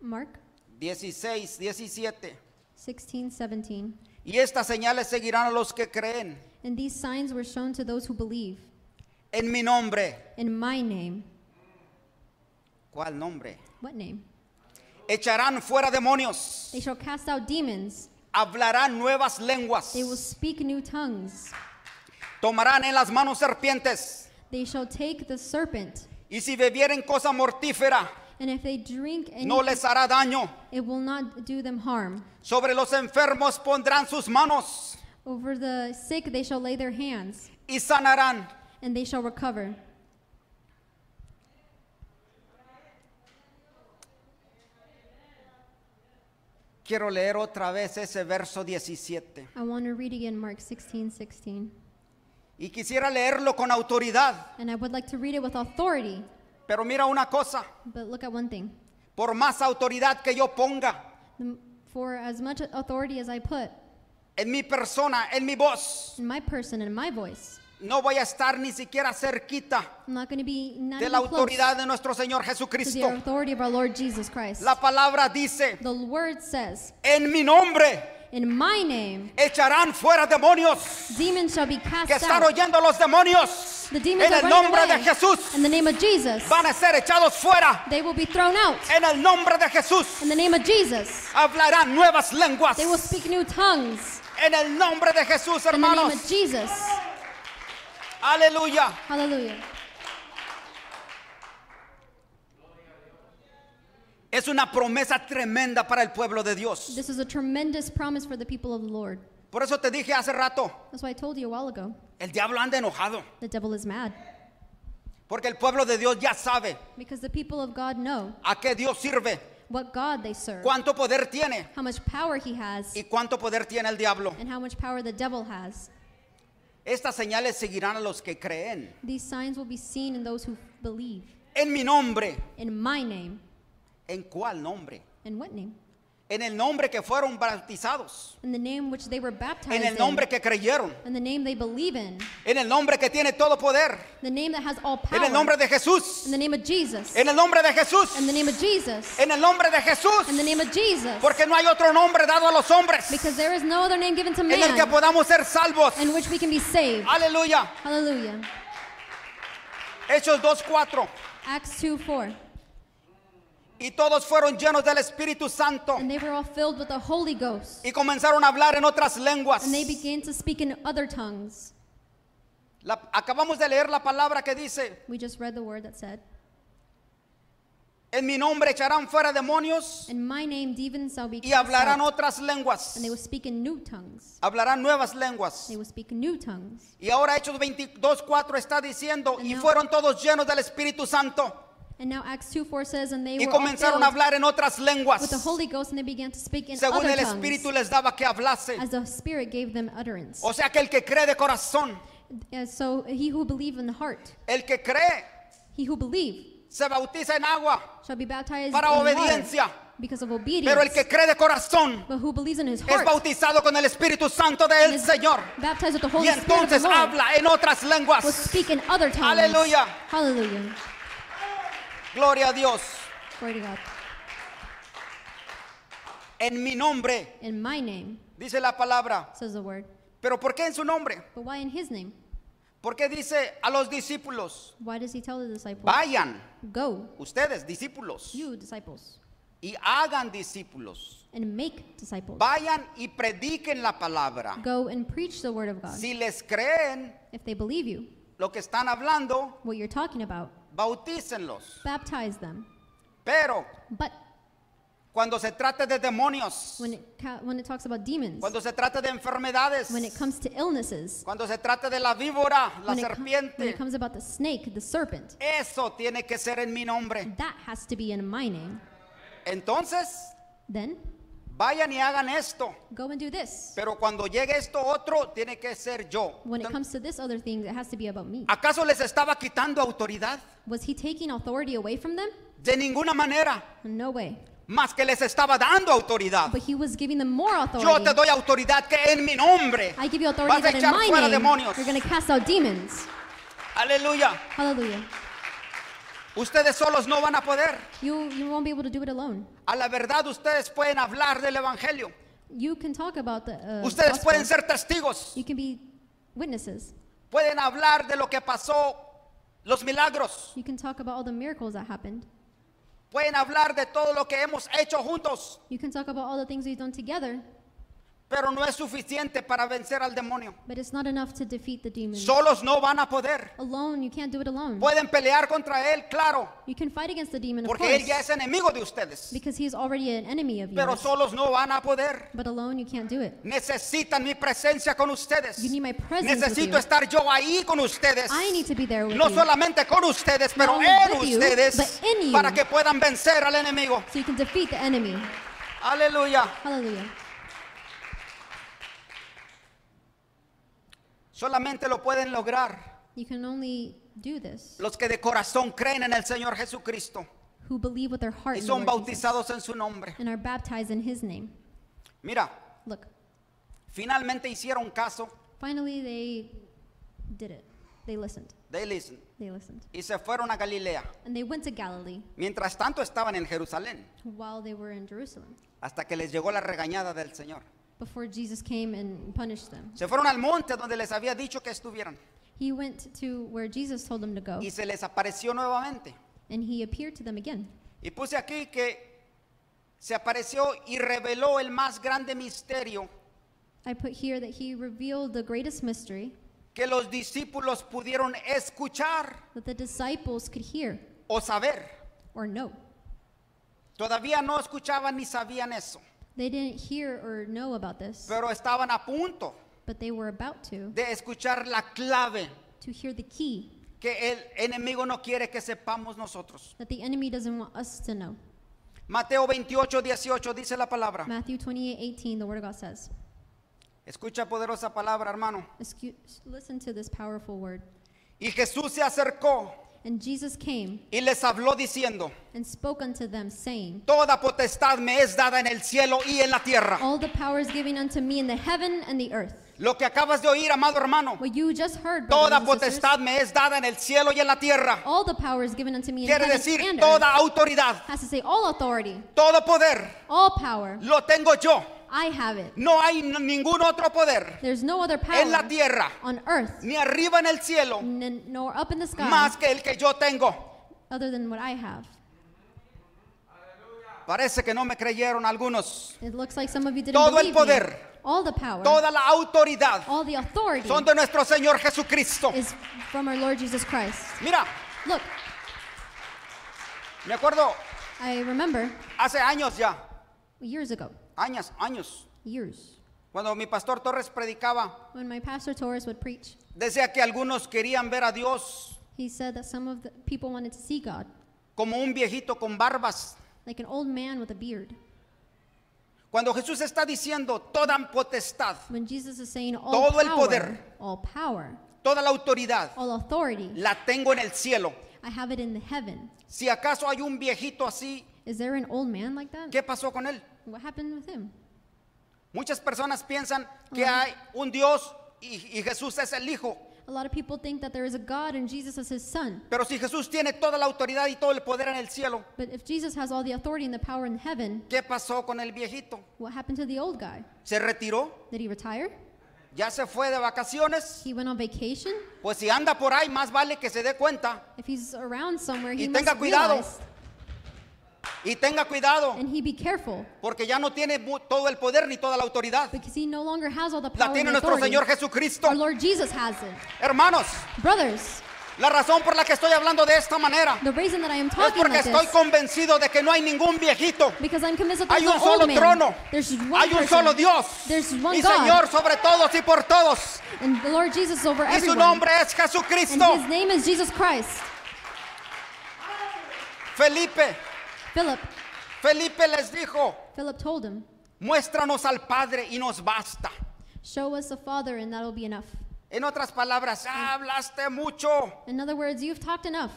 Speaker 2: Mark
Speaker 3: 16, 17.
Speaker 2: 16, 17.
Speaker 3: Y estas señales seguirán a los que creen
Speaker 2: And these signs were shown to those who believe.
Speaker 3: en mi nombre.
Speaker 2: In my name.
Speaker 3: ¿Cuál nombre?
Speaker 2: What name?
Speaker 3: Echarán fuera demonios,
Speaker 2: They shall cast out demons.
Speaker 3: hablarán nuevas lenguas,
Speaker 2: They will speak new tongues.
Speaker 3: tomarán en las manos serpientes,
Speaker 2: They shall take the serpent.
Speaker 3: y si bebieren cosa mortífera,
Speaker 2: And if they drink any,
Speaker 3: no les hará daño.
Speaker 2: it will not do them harm.
Speaker 3: Sobre los enfermos pondrán sus manos
Speaker 2: Over the sick they shall lay their hands,
Speaker 3: y sanarán.
Speaker 2: and they shall recover.
Speaker 3: Quiero leer otra vez ese verso 17.
Speaker 2: I want to read again Mark 16, 16.
Speaker 3: Y quisiera leerlo con autoridad,
Speaker 2: And I would like to read it with authority.
Speaker 3: pero mira una cosa,
Speaker 2: But look at one thing.
Speaker 3: por más autoridad que yo ponga
Speaker 2: The- For as much authority as I put
Speaker 3: en mi persona, en mi voz,
Speaker 2: in my person and in my voice,
Speaker 3: no voy a estar ni siquiera cerquita
Speaker 2: I'm not going to be not
Speaker 3: de la
Speaker 2: even close
Speaker 3: autoridad de nuestro Señor
Speaker 2: to the
Speaker 3: Jesucristo.
Speaker 2: authority of our Lord Jesus Christ.
Speaker 3: La palabra dice,
Speaker 2: The word says,
Speaker 3: en mi nombre
Speaker 2: "In my name,
Speaker 3: echarán fuera demonios,
Speaker 2: demons shall be cast
Speaker 3: que están
Speaker 2: out."
Speaker 3: oyendo los demonios,
Speaker 2: The demons
Speaker 3: en
Speaker 2: are
Speaker 3: el
Speaker 2: running
Speaker 3: nombre de
Speaker 2: away.
Speaker 3: Jesús.
Speaker 2: In the name of Jesus,
Speaker 3: van a ser echados fuera
Speaker 2: they will be thrown out.
Speaker 3: en el nombre de Jesús.
Speaker 2: In the name of Jesus,
Speaker 3: Hablarán nuevas lenguas
Speaker 2: they will speak new tongues.
Speaker 3: en el nombre de Jesús,
Speaker 2: In the name
Speaker 3: hermanos.
Speaker 2: of Jesus,
Speaker 3: Aleluya.
Speaker 2: Hallelujah.
Speaker 3: Es una promesa tremenda para el pueblo de Dios.
Speaker 2: This is a tremendous promise for the people of the Lord.
Speaker 3: Por eso te dije hace rato,
Speaker 2: That's why I told you a while ago.
Speaker 3: el diablo anda enojado,
Speaker 2: The devil is mad
Speaker 3: porque el pueblo de Dios ya sabe
Speaker 2: because the people of God know
Speaker 3: a qué Dios sirve,
Speaker 2: what God they serve,
Speaker 3: cuánto poder tiene
Speaker 2: how much power he has,
Speaker 3: y cuánto poder tiene el diablo.
Speaker 2: and how much power the devil has.
Speaker 3: Estas señales seguirán a los que creen.
Speaker 2: These signs will be seen in those who believe.
Speaker 3: En mi nombre,
Speaker 2: In my name.
Speaker 3: ¿en cuál nombre?
Speaker 2: In what name?
Speaker 3: en el nombre que fueron bautizados,
Speaker 2: In the name which they were baptized
Speaker 3: en el nombre
Speaker 2: in.
Speaker 3: que creyeron,
Speaker 2: In the name they believe in.
Speaker 3: en el nombre que tiene todo poder,
Speaker 2: The name that has all power.
Speaker 3: en el nombre de Jesús,
Speaker 2: In the name of Jesus.
Speaker 3: en el nombre de Jesús,
Speaker 2: In the name of Jesus.
Speaker 3: en el nombre de Jesús,
Speaker 2: In the name of Jesus.
Speaker 3: porque no hay otro nombre dado a los hombres
Speaker 2: Because there is no other name given to
Speaker 3: en el que
Speaker 2: man
Speaker 3: podamos ser salvos.
Speaker 2: in which we can be saved.
Speaker 3: Aleluya.
Speaker 2: Hallelujah.
Speaker 3: Hechos 2.4.
Speaker 2: Acts 2 4.
Speaker 3: Y todos fueron llenos del Espíritu Santo
Speaker 2: And they were all filled with the Holy Ghost.
Speaker 3: y comenzaron a hablar en otras lenguas.
Speaker 2: And they began to speak in other tongues.
Speaker 3: La- acabamos de leer la palabra que dice,
Speaker 2: We just read the word that said,
Speaker 3: en mi nombre echarán fuera demonios
Speaker 2: In my name, demons shall be
Speaker 3: y
Speaker 2: cast
Speaker 3: hablarán
Speaker 2: out."
Speaker 3: otras lenguas.
Speaker 2: And they will speak in new tongues.
Speaker 3: Hablarán nuevas lenguas.
Speaker 2: They will speak in new tongues.
Speaker 3: Y ahora Hechos 22.4 está diciendo, y
Speaker 2: No.
Speaker 3: fueron todos llenos del Espíritu Santo
Speaker 2: And now Acts 2 4 says, And they
Speaker 3: y
Speaker 2: were all
Speaker 3: comenzaron a
Speaker 2: filled
Speaker 3: hablar en otras lenguas,
Speaker 2: with the Holy Ghost, and they began to speak in
Speaker 3: según
Speaker 2: other
Speaker 3: el
Speaker 2: tongues,
Speaker 3: Espíritu les daba que hablase.
Speaker 2: as the Spirit gave them utterance.
Speaker 3: O sea que el que cree de corazón,
Speaker 2: And so he who believe in the heart,
Speaker 3: el que cree,
Speaker 2: he who believe,
Speaker 3: se bautiza en agua,
Speaker 2: shall be baptized
Speaker 3: Para
Speaker 2: in water
Speaker 3: obediencia.
Speaker 2: because of obedience.
Speaker 3: pero el que cree de corazón
Speaker 2: but who believes in his
Speaker 3: es
Speaker 2: heart
Speaker 3: bautizado con el Espíritu Santo del
Speaker 2: and is
Speaker 3: Señor.
Speaker 2: baptized with the Holy
Speaker 3: Y
Speaker 2: Spirit of
Speaker 3: entonces
Speaker 2: the Lord,
Speaker 3: habla en otras
Speaker 2: will
Speaker 3: lenguas.
Speaker 2: speak in other tongues.
Speaker 3: Aleluya.
Speaker 2: Hallelujah.
Speaker 3: Gloria a Dios.
Speaker 2: Glory to God.
Speaker 3: En mi nombre,
Speaker 2: In my name,
Speaker 3: dice la palabra.
Speaker 2: says the word.
Speaker 3: Pero ¿por qué en su nombre?
Speaker 2: But why in his name?
Speaker 3: ¿Por qué dice a los discípulos,
Speaker 2: Why does he tell the disciples,
Speaker 3: vayan?
Speaker 2: Go,
Speaker 3: Ustedes, discípulos,
Speaker 2: you disciples,
Speaker 3: y hagan discípulos.
Speaker 2: and make disciples.
Speaker 3: Vayan y prediquen la palabra.
Speaker 2: Go and preach the word of God.
Speaker 3: Si les creen
Speaker 2: If they believe you,
Speaker 3: lo que están hablando,
Speaker 2: what you're talking about,
Speaker 3: bautícenlos.
Speaker 2: baptize them.
Speaker 3: Pero
Speaker 2: But
Speaker 3: cuando se trate de demonios,
Speaker 2: when it, ca- when it talks about demons,
Speaker 3: cuando se trate de enfermedades,
Speaker 2: when it comes to illnesses,
Speaker 3: cuando se trate de la víbora, la
Speaker 2: when, it com- when
Speaker 3: serpiente,
Speaker 2: it comes about the snake, the serpent,
Speaker 3: eso tiene que ser en mi nombre.
Speaker 2: that has to be in my name.
Speaker 3: Entonces,
Speaker 2: Then
Speaker 3: vayan y hagan esto.
Speaker 2: go and do this.
Speaker 3: Pero cuando llegue esto otro, tiene que ser yo.
Speaker 2: When it comes to this other thing, it has to be about me.
Speaker 3: ¿Acaso les estaba quitando autoridad?
Speaker 2: Was he taking authority away from them?
Speaker 3: De ninguna manera.
Speaker 2: No way.
Speaker 3: más que les estaba dando autoridad.
Speaker 2: But he was giving them more
Speaker 3: Yo te
Speaker 2: Pues, authority.
Speaker 3: doy autoridad que en mi nombre.
Speaker 2: I give you authority
Speaker 3: Vas a
Speaker 2: that in
Speaker 3: echar
Speaker 2: my
Speaker 3: fuera
Speaker 2: name
Speaker 3: demonios.
Speaker 2: you're going to cast out demons.
Speaker 3: Aleluya.
Speaker 2: Hallelujah.
Speaker 3: Ustedes solos no van a poder.
Speaker 2: You, you won't be able to do it alone.
Speaker 3: A la verdad ustedes pueden hablar del evangelio.
Speaker 2: You can talk about the. Uh,
Speaker 3: Ustedes
Speaker 2: gospel.
Speaker 3: pueden ser testigos.
Speaker 2: You can be witnesses.
Speaker 3: Pueden hablar de lo que pasó, los milagros.
Speaker 2: You can talk about all the miracles that happened.
Speaker 3: Pueden hablar de todo lo que hemos hecho juntos,
Speaker 2: You can talk about all the things we've done together,
Speaker 3: pero no es suficiente para vencer al demonio.
Speaker 2: but it's not enough to defeat the demon.
Speaker 3: Solos no van a poder.
Speaker 2: alone, you can't do it alone.
Speaker 3: Pueden pelear contra él, claro,
Speaker 2: You can fight against the demon, of
Speaker 3: porque
Speaker 2: course,
Speaker 3: él ya es enemigo de ustedes,
Speaker 2: because he's already an enemy of
Speaker 3: pero
Speaker 2: yours.
Speaker 3: solos no van a poder.
Speaker 2: but alone, you can't do it.
Speaker 3: Necesitan mi presencia con ustedes.
Speaker 2: You need my presence with
Speaker 3: Necesito
Speaker 2: you.
Speaker 3: estar yo ahí con ustedes.
Speaker 2: I need to be there with
Speaker 3: No
Speaker 2: you,
Speaker 3: solamente con ustedes, pero
Speaker 2: only
Speaker 3: en
Speaker 2: with you,
Speaker 3: ustedes
Speaker 2: but in you.
Speaker 3: para que puedan vencer al enemigo.
Speaker 2: so you can defeat the enemy.
Speaker 3: Aleluya.
Speaker 2: Hallelujah.
Speaker 3: Solamente lo pueden lograr
Speaker 2: You can only do this
Speaker 3: los que de corazón creen en el Señor Jesucristo
Speaker 2: who believe with their heart in
Speaker 3: y
Speaker 2: the
Speaker 3: son
Speaker 2: Lord Jesus
Speaker 3: bautizados en su nombre.
Speaker 2: and are baptized in His name.
Speaker 3: Mira,
Speaker 2: Look,
Speaker 3: finalmente hicieron caso.
Speaker 2: finally they did it. They listened.
Speaker 3: They listen.
Speaker 2: They listened.
Speaker 3: Y se fueron a Galilea.
Speaker 2: And they went to Galilee
Speaker 3: Mientras tanto estaban en Jerusalén
Speaker 2: while they were in Jerusalem
Speaker 3: hasta que les llegó la regañada del Señor.
Speaker 2: before Jesus came and punished them.
Speaker 3: Se fueron al monte donde les había dicho que estuvieran.
Speaker 2: He went to where Jesus told them to go
Speaker 3: y se les apareció nuevamente.
Speaker 2: and he appeared to them again.
Speaker 3: Y puse aquí que se apareció y reveló el más grande misterio
Speaker 2: I put here that he revealed the greatest mystery
Speaker 3: que los discípulos pudieron escuchar
Speaker 2: that the disciples could hear
Speaker 3: o saber.
Speaker 2: or know.
Speaker 3: Todavía no escuchaban ni sabían eso,
Speaker 2: They didn't hear or know about this,
Speaker 3: pero estaban a punto
Speaker 2: but they were about to
Speaker 3: de escuchar la clave
Speaker 2: to hear the key
Speaker 3: que el enemigo no quiere que sepamos nosotros.
Speaker 2: that the enemy doesn't want us to know.
Speaker 3: Mateo 28, 18 dice la palabra.
Speaker 2: Matthew 28, 18, the Word of God says,
Speaker 3: Escucha poderosa palabra, hermano.
Speaker 2: Excuse, listen to this powerful word.
Speaker 3: Y Jesús se acercó
Speaker 2: And Jesus came
Speaker 3: y les habló diciendo,
Speaker 2: and spoke unto them, saying,
Speaker 3: toda potestad me es dada en el cielo y en la tierra.
Speaker 2: All the power is given unto me in the heaven and the earth.
Speaker 3: Lo que acabas de oír, amado hermano,
Speaker 2: What you just heard, brothers
Speaker 3: toda
Speaker 2: and sisters,
Speaker 3: potestad me es dada en el cielo y en la tierra.
Speaker 2: all the power is given unto me in
Speaker 3: Quiere
Speaker 2: heaven
Speaker 3: decir,
Speaker 2: and
Speaker 3: toda
Speaker 2: earth.
Speaker 3: autoridad,
Speaker 2: Has to say all authority,
Speaker 3: todo poder,
Speaker 2: all power.
Speaker 3: lo tengo yo.
Speaker 2: I have it.
Speaker 3: No hay n- ningún otro poder
Speaker 2: There's no other power
Speaker 3: en la tierra,
Speaker 2: on earth
Speaker 3: ni arriba en el cielo,
Speaker 2: n- nor up in the sky
Speaker 3: más que el que yo tengo.
Speaker 2: other than what I have.
Speaker 3: Parece que no me creyeron algunos.
Speaker 2: It looks like some of you didn't
Speaker 3: Todo el
Speaker 2: believe me.
Speaker 3: poder.
Speaker 2: All the power,
Speaker 3: Toda la autoridad
Speaker 2: all the authority
Speaker 3: son de nuestro Señor Jesucristo.
Speaker 2: is from our Lord Jesus Christ.
Speaker 3: Mira,
Speaker 2: Look,
Speaker 3: me acuerdo
Speaker 2: I remember
Speaker 3: hace años ya,
Speaker 2: years ago,
Speaker 3: años, años,
Speaker 2: years,
Speaker 3: cuando mi pastor Torres predicaba,
Speaker 2: when my pastor Torres would preach,
Speaker 3: decía que algunos querían ver a Dios
Speaker 2: he said that some of the people wanted to see God,
Speaker 3: como un viejito con barbas.
Speaker 2: like an old man with a beard.
Speaker 3: Cuando Jesús está diciendo toda potestad,
Speaker 2: When Jesus is saying all
Speaker 3: Todo el
Speaker 2: power,
Speaker 3: poder.
Speaker 2: all power,
Speaker 3: toda la autoridad,
Speaker 2: all authority,
Speaker 3: la tengo en el cielo.
Speaker 2: I have it in the heaven.
Speaker 3: Si acaso hay un viejito así,
Speaker 2: Is there an old man like that?
Speaker 3: ¿qué pasó con él?
Speaker 2: What happened with him?
Speaker 3: Muchas personas piensan que
Speaker 2: Ajá.
Speaker 3: hay un Dios y, y Jesús es el Hijo.
Speaker 2: A lot of people think that there is a God and Jesus is his son.
Speaker 3: Pero si Jesús tiene toda la autoridad y todo el poder en el cielo,
Speaker 2: But if Jesus has all the authority and the power in heaven,
Speaker 3: ¿qué pasó con el viejito?
Speaker 2: what happened to the old guy?
Speaker 3: ¿Se retiró?
Speaker 2: Did he retire?
Speaker 3: ¿Ya se fue de vacaciones?
Speaker 2: He went on vacation?
Speaker 3: Pues si anda por ahí, más vale que se dé cuenta
Speaker 2: If he's around somewhere, he
Speaker 3: Y
Speaker 2: must
Speaker 3: tenga cuidado.
Speaker 2: realize,
Speaker 3: y tenga cuidado,
Speaker 2: and he be careful,
Speaker 3: porque ya no tiene mu- todo el poder ni toda la autoridad.
Speaker 2: because he no longer has all the
Speaker 3: La
Speaker 2: power and
Speaker 3: tiene nuestro
Speaker 2: authority.
Speaker 3: Señor Jesucristo.
Speaker 2: Our Lord Jesus has it.
Speaker 3: Hermanos,
Speaker 2: Brothers,
Speaker 3: la razón por la que estoy hablando de esta manera
Speaker 2: the reason that I am
Speaker 3: es
Speaker 2: talking
Speaker 3: porque
Speaker 2: like
Speaker 3: estoy
Speaker 2: this,
Speaker 3: convencido de que no hay ningún viejito.
Speaker 2: because I'm convinced that
Speaker 3: Hay
Speaker 2: there's
Speaker 3: un
Speaker 2: no old
Speaker 3: solo
Speaker 2: man.
Speaker 3: trono.
Speaker 2: There's one
Speaker 3: Hay un
Speaker 2: person.
Speaker 3: solo Dios.
Speaker 2: There's one
Speaker 3: Y
Speaker 2: God.
Speaker 3: Señor sobre todos y por todos.
Speaker 2: And the Lord Jesus is over
Speaker 3: Y su
Speaker 2: everyone.
Speaker 3: nombre es
Speaker 2: and
Speaker 3: Jesucristo.
Speaker 2: his name is Jesus Christ.
Speaker 3: Felipe,
Speaker 2: Philip,
Speaker 3: Felipe les dijo,
Speaker 2: Philip told him,
Speaker 3: muéstranos al Padre y nos basta.
Speaker 2: show us the Father and that'll be enough.
Speaker 3: En otras palabras, "Ah, hablaste mucho.
Speaker 2: In other words, you've talked enough.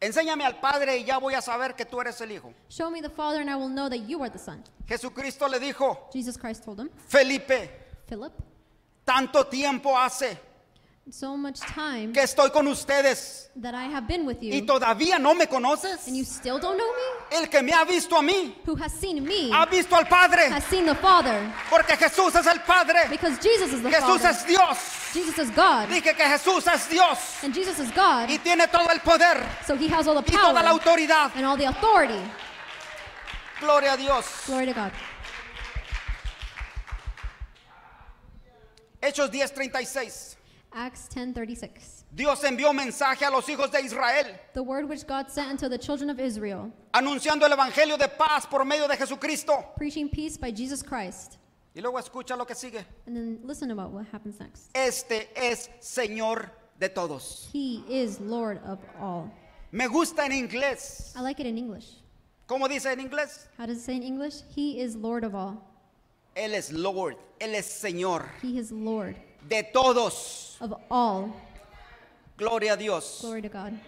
Speaker 3: Enséñame al Padre y ya voy a saber que tú eres el Hijo.
Speaker 2: Show me the Father and I will know that you are the Son.
Speaker 3: Jesucristo le dijo,
Speaker 2: Jesus Christ told him,
Speaker 3: Felipe,
Speaker 2: Philip,
Speaker 3: tanto tiempo hace
Speaker 2: so much time
Speaker 3: que estoy con ustedes
Speaker 2: that I have been with
Speaker 3: y
Speaker 2: you,
Speaker 3: todavía no me conoces.
Speaker 2: and you still don't know me?
Speaker 3: El que me ha visto a mí,
Speaker 2: Who has seen me
Speaker 3: ha visto al Padre.
Speaker 2: has seen the Father,
Speaker 3: Porque Jesús es el Padre.
Speaker 2: because Jesus is the
Speaker 3: Jesús
Speaker 2: Father.
Speaker 3: es Dios.
Speaker 2: Jesus is God,
Speaker 3: Dije que Jesús es Dios.
Speaker 2: and Jesus is God,
Speaker 3: Y tiene todo el poder
Speaker 2: so he has all the
Speaker 3: y toda
Speaker 2: power
Speaker 3: la autoridad.
Speaker 2: and all the authority.
Speaker 3: Gloria a Dios.
Speaker 2: Glory to God.
Speaker 3: Hechos 10:36.
Speaker 2: Acts 10:36.
Speaker 3: Dios envió mensaje a los hijos de Israel
Speaker 2: The word which God sent unto the children of Israel,
Speaker 3: anunciando el evangelio de paz por medio de Jesucristo.
Speaker 2: preaching peace by Jesus Christ.
Speaker 3: Y luego escucha lo que sigue.
Speaker 2: And then listen about what happens next.
Speaker 3: Este es Señor de todos.
Speaker 2: He is Lord of all.
Speaker 3: Me gusta en inglés.
Speaker 2: I like it in English.
Speaker 3: ¿Cómo dice en inglés?
Speaker 2: How does it say in English? He is Lord of all.
Speaker 3: Él es Lord, él es Señor
Speaker 2: He is Lord
Speaker 3: de todos.
Speaker 2: of all.
Speaker 3: Gloria a Dios.
Speaker 2: Glory to God.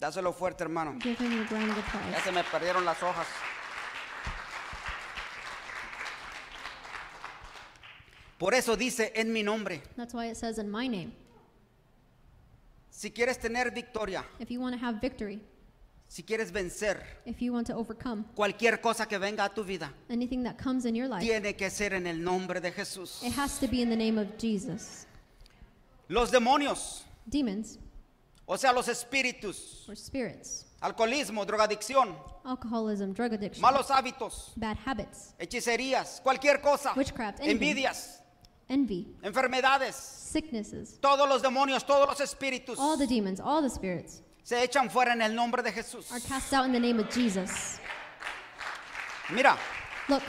Speaker 3: Dáselo fuerte, hermano.
Speaker 2: Give him a round of
Speaker 3: Ya
Speaker 2: applause.
Speaker 3: se me perdieron las hojas. Por eso dice en mi nombre,
Speaker 2: That's why it says in my name.
Speaker 3: si quieres tener victoria,
Speaker 2: If you want to have victory,
Speaker 3: si quieres vencer
Speaker 2: if you want to overcome
Speaker 3: cualquier cosa que venga a tu vida,
Speaker 2: anything that comes in your life,
Speaker 3: tiene que ser en el nombre de Jesús.
Speaker 2: it has to be in the name of Jesus.
Speaker 3: Los demonios,
Speaker 2: Demons
Speaker 3: o sea, los espíritus,
Speaker 2: or spirits,
Speaker 3: alcoholismo, drogadicción,
Speaker 2: alcoholism, drug addiction,
Speaker 3: malos hábitos,
Speaker 2: bad habits,
Speaker 3: hechicerías, cualquier cosa,
Speaker 2: Witchcraft, anything.
Speaker 3: envidias,
Speaker 2: envy,
Speaker 3: enfermedades,
Speaker 2: sicknesses,
Speaker 3: todos los demonios, todos los espíritus
Speaker 2: all the demons, all the spirits
Speaker 3: se echan fuera en el nombre de Jesús.
Speaker 2: are cast out in the name of Jesus.
Speaker 3: Mira,
Speaker 2: Look,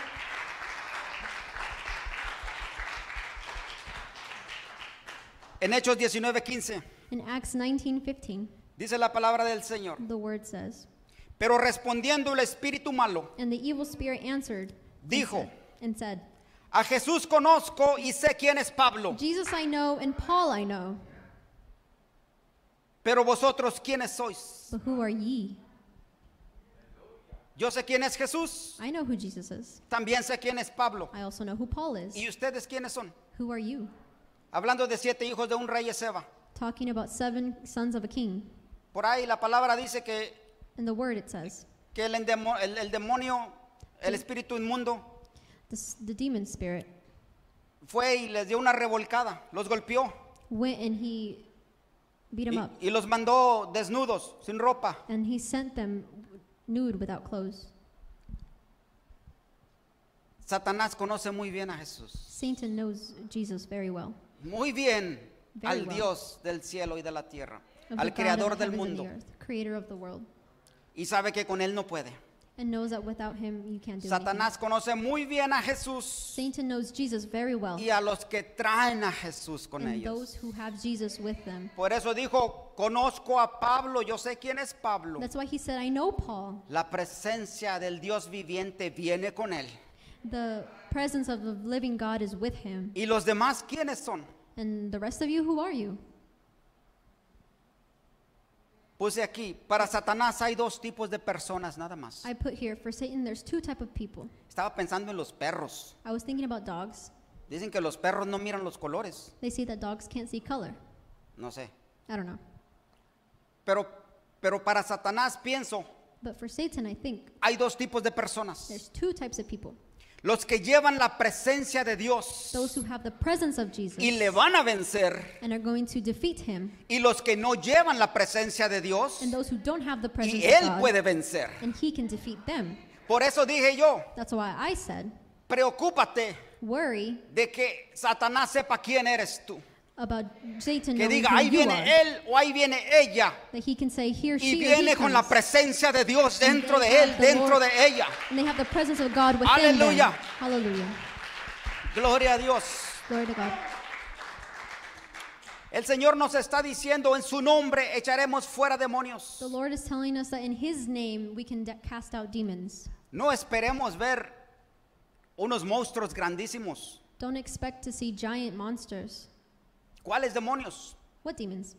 Speaker 3: En Hechos 19:15
Speaker 2: in Acts 19:15,
Speaker 3: dice la palabra del Señor.
Speaker 2: the word says,
Speaker 3: Pero respondiendo el espíritu malo,
Speaker 2: And the evil spirit answered and
Speaker 3: Dijo.
Speaker 2: said- and said,
Speaker 3: a Jesús conozco y sé quién es Pablo.
Speaker 2: Jesus I know and Paul I know,
Speaker 3: Pero vosotros, ¿quiénes sois?
Speaker 2: But who are ye?
Speaker 3: Yo sé quién es Jesús,
Speaker 2: I know who Jesus is.
Speaker 3: también sé quién es Pablo.
Speaker 2: I also know who Paul is.
Speaker 3: ¿Y ustedes quiénes son?
Speaker 2: Who are you?
Speaker 3: Hablando de siete hijos de un rey Ezeba.
Speaker 2: Talking about seven sons of a king.
Speaker 3: Por ahí la palabra dice que,
Speaker 2: In the word it says,
Speaker 3: que el, endemo- el- el demonio, el espíritu inmundo,
Speaker 2: the, s- the demon spirit
Speaker 3: fue y les dio una revolcada, los golpeó
Speaker 2: went and he beat him
Speaker 3: y,
Speaker 2: up.
Speaker 3: y los mandó desnudos, sin ropa.
Speaker 2: And he sent them nude without clothes.
Speaker 3: Satanás conoce muy bien a Jesús,
Speaker 2: Satan knows Jesus very well.
Speaker 3: muy bien
Speaker 2: Very
Speaker 3: al
Speaker 2: well.
Speaker 3: Dios del cielo y de la tierra,
Speaker 2: of the
Speaker 3: al
Speaker 2: God
Speaker 3: creador
Speaker 2: of
Speaker 3: del
Speaker 2: heavens and
Speaker 3: mundo,
Speaker 2: the earth, creator of the world,
Speaker 3: y sabe que con él no puede.
Speaker 2: and knows that without him you can't do
Speaker 3: Satanás conoce muy bien a Jesús
Speaker 2: anything. Satan knows Jesus very well,
Speaker 3: y a los que traen a Jesús con
Speaker 2: and
Speaker 3: ellos.
Speaker 2: those who have Jesus with them.
Speaker 3: Por eso dijo, conozco a Pablo, yo sé quién es Pablo.
Speaker 2: That's why he said, "I know Paul."
Speaker 3: La presencia del Dios viviente viene con él.
Speaker 2: The presence of the living God is with him.
Speaker 3: ¿Y los demás quiénes son?
Speaker 2: And the rest of you, who are you?
Speaker 3: Puse aquí, para Satanás hay dos tipos de personas nada más.
Speaker 2: I put here for Satan. There's two type of people.
Speaker 3: Estaba pensando en los perros.
Speaker 2: I was thinking about dogs.
Speaker 3: Dicen que los perros no miran los colores.
Speaker 2: They say that dogs can't see color.
Speaker 3: No sé.
Speaker 2: I don't know,
Speaker 3: Pero, pero para Satanás pienso,
Speaker 2: but for Satan, I think
Speaker 3: hay dos tipos de personas.
Speaker 2: there's two types of people:
Speaker 3: Los que llevan la presencia de Dios
Speaker 2: those who have the presence of Jesus
Speaker 3: y le van a vencer.
Speaker 2: and are going to defeat him,
Speaker 3: Y los que no llevan la presencia de Dios
Speaker 2: and those who don't have the presence
Speaker 3: y
Speaker 2: of
Speaker 3: Él
Speaker 2: God,
Speaker 3: puede vencer.
Speaker 2: and he can defeat them.
Speaker 3: Por eso dije yo,
Speaker 2: That's why I said,
Speaker 3: preocúpate
Speaker 2: worry
Speaker 3: de que Satanás sepa quién eres tú.
Speaker 2: about Satan
Speaker 3: Que
Speaker 2: knowing
Speaker 3: diga,
Speaker 2: who
Speaker 3: ahí
Speaker 2: you
Speaker 3: viene
Speaker 2: are,
Speaker 3: él o ahí viene ella.
Speaker 2: that he can say, here
Speaker 3: Y
Speaker 2: she or he
Speaker 3: viene con la
Speaker 2: comes.
Speaker 3: presencia de Dios
Speaker 2: And
Speaker 3: dentro
Speaker 2: they
Speaker 3: de
Speaker 2: have
Speaker 3: él,
Speaker 2: the
Speaker 3: dentro
Speaker 2: Lord.
Speaker 3: de ella.
Speaker 2: And they have the presence of God within
Speaker 3: Aleluya.
Speaker 2: them. Hallelujah.
Speaker 3: Gloria a Dios.
Speaker 2: Glory to God.
Speaker 3: El Señor nos está diciendo, en su nombre echaremos fuera demonios.
Speaker 2: The Lord is telling us that in his name we can de- cast out demons.
Speaker 3: No esperemos ver unos monstruos grandísimos.
Speaker 2: Don't expect to see giant monsters.
Speaker 3: ¿Cuáles demonios?
Speaker 2: What demons?